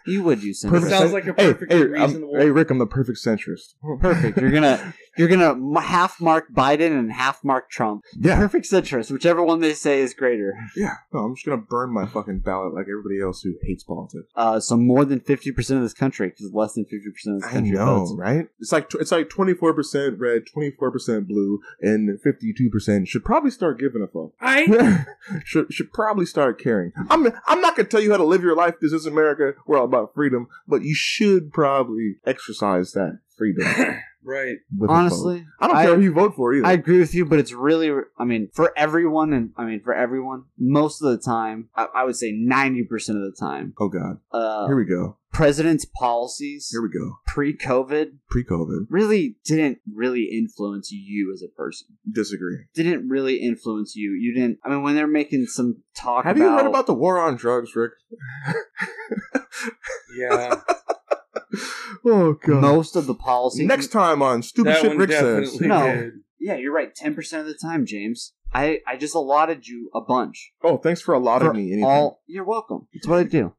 [SPEAKER 3] You would do something.
[SPEAKER 2] Perfect. Sounds
[SPEAKER 5] like a
[SPEAKER 2] Hey, hey, um, I'm, hey, Rick, I'm the perfect centrist.
[SPEAKER 3] Perfect. You're gonna you're gonna m- half mark Biden and half mark Trump.
[SPEAKER 2] Yeah,
[SPEAKER 3] Perfect centrist, whichever one they say is greater.
[SPEAKER 2] yeah. No, I'm just gonna burn my fucking ballot like everybody else who hates politics.
[SPEAKER 3] Uh, so more than fifty percent of this country, because less than fifty percent of this
[SPEAKER 2] I
[SPEAKER 3] country
[SPEAKER 2] know,
[SPEAKER 3] votes.
[SPEAKER 2] right? It's like tw- it's like 24 percent red, 24 percent blue, and 52 percent should probably start giving a fuck. should should probably start caring. I'm I'm not gonna tell you how to live your life. This is America. We're all about freedom, but you should probably exercise that freedom.
[SPEAKER 5] right.
[SPEAKER 2] with a vote.
[SPEAKER 3] Honestly,
[SPEAKER 2] I don't care who you vote for either.
[SPEAKER 3] I agree with you, but it's really, I mean, for everyone, and I mean for everyone, most of the time, I, I would say ninety percent of the time,
[SPEAKER 2] oh God,
[SPEAKER 3] uh,
[SPEAKER 2] here we go.
[SPEAKER 3] president's policies
[SPEAKER 2] Here we go.
[SPEAKER 3] pre-COVID
[SPEAKER 2] Pre-COVID,
[SPEAKER 3] really didn't really influence you as a person.
[SPEAKER 2] disagree.
[SPEAKER 3] Didn't really influence you. You didn't. I mean, when they're making some talk
[SPEAKER 2] Have you heard about the war on drugs, Rick?
[SPEAKER 5] Yeah.
[SPEAKER 2] Oh God.
[SPEAKER 3] most of the policies,
[SPEAKER 2] Next time on stupid shit, Rick says.
[SPEAKER 3] No. Yeah, you're right. Ten percent of the time, James. I, I just allotted you a bunch.
[SPEAKER 2] Oh, thanks for allotting
[SPEAKER 3] For
[SPEAKER 2] me. Anything.
[SPEAKER 3] All you're welcome. It's what I do.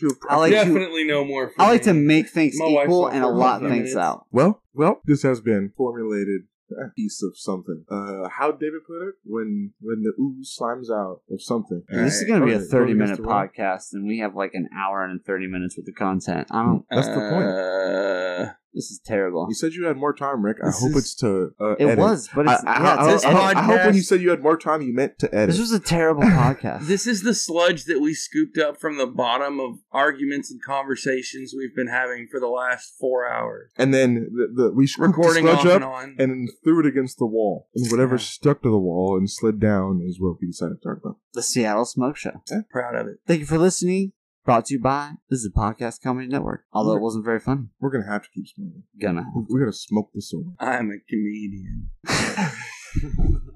[SPEAKER 2] You-
[SPEAKER 3] I like to
[SPEAKER 5] no more.
[SPEAKER 3] I like to make things
[SPEAKER 5] My wife's
[SPEAKER 3] equal
[SPEAKER 5] not
[SPEAKER 3] and a
[SPEAKER 5] for
[SPEAKER 3] lot
[SPEAKER 5] fifteen
[SPEAKER 3] things
[SPEAKER 5] minutes.
[SPEAKER 3] out.
[SPEAKER 2] Well, well, this has been formulated a piece of something. Uh, how David put it? When when the ooze slimes out of something.
[SPEAKER 5] All
[SPEAKER 3] This is
[SPEAKER 5] right.
[SPEAKER 3] going to be a
[SPEAKER 2] Perfect.
[SPEAKER 3] 30
[SPEAKER 2] Perfect.
[SPEAKER 3] minute
[SPEAKER 2] Mr. Wong.
[SPEAKER 3] podcast, and we have like an hour and 30 minutes with the content. I don't.
[SPEAKER 2] That's the point.
[SPEAKER 5] Uh,
[SPEAKER 3] This is terrible.
[SPEAKER 2] Hmm. You said you had more time, Rick. I
[SPEAKER 1] This
[SPEAKER 2] hope
[SPEAKER 1] is-
[SPEAKER 2] it's to uh,
[SPEAKER 3] It
[SPEAKER 2] edit.
[SPEAKER 3] was, but
[SPEAKER 2] I,
[SPEAKER 3] it's,
[SPEAKER 2] I- I-
[SPEAKER 3] yeah, it's
[SPEAKER 2] I-
[SPEAKER 3] this,
[SPEAKER 2] I- I hope when you
[SPEAKER 1] podcast.
[SPEAKER 2] said you had more time, you meant to edit.
[SPEAKER 3] this was a terrible podcast.
[SPEAKER 5] This is the sludge that we scooped up from the bottom of arguments and conversations we've been having for the last four hours.
[SPEAKER 2] and then the, the we scooped the
[SPEAKER 5] Recording off
[SPEAKER 2] sludge
[SPEAKER 5] and
[SPEAKER 2] up
[SPEAKER 5] on.
[SPEAKER 2] and then threw it against the wall, and whatever
[SPEAKER 5] Yeah.
[SPEAKER 2] stuck to the wall and slid down is what we decided to talk about.
[SPEAKER 3] the Seattle Smoke Show.
[SPEAKER 5] Proud of it.
[SPEAKER 3] Thank you for listening. Brought to you by this is a podcast comedy network. Although it wasn't very funny.
[SPEAKER 2] We're gonna have to keep smoking.
[SPEAKER 3] Gonna.
[SPEAKER 2] We're gonna smoke this over.
[SPEAKER 5] I'm a comedian.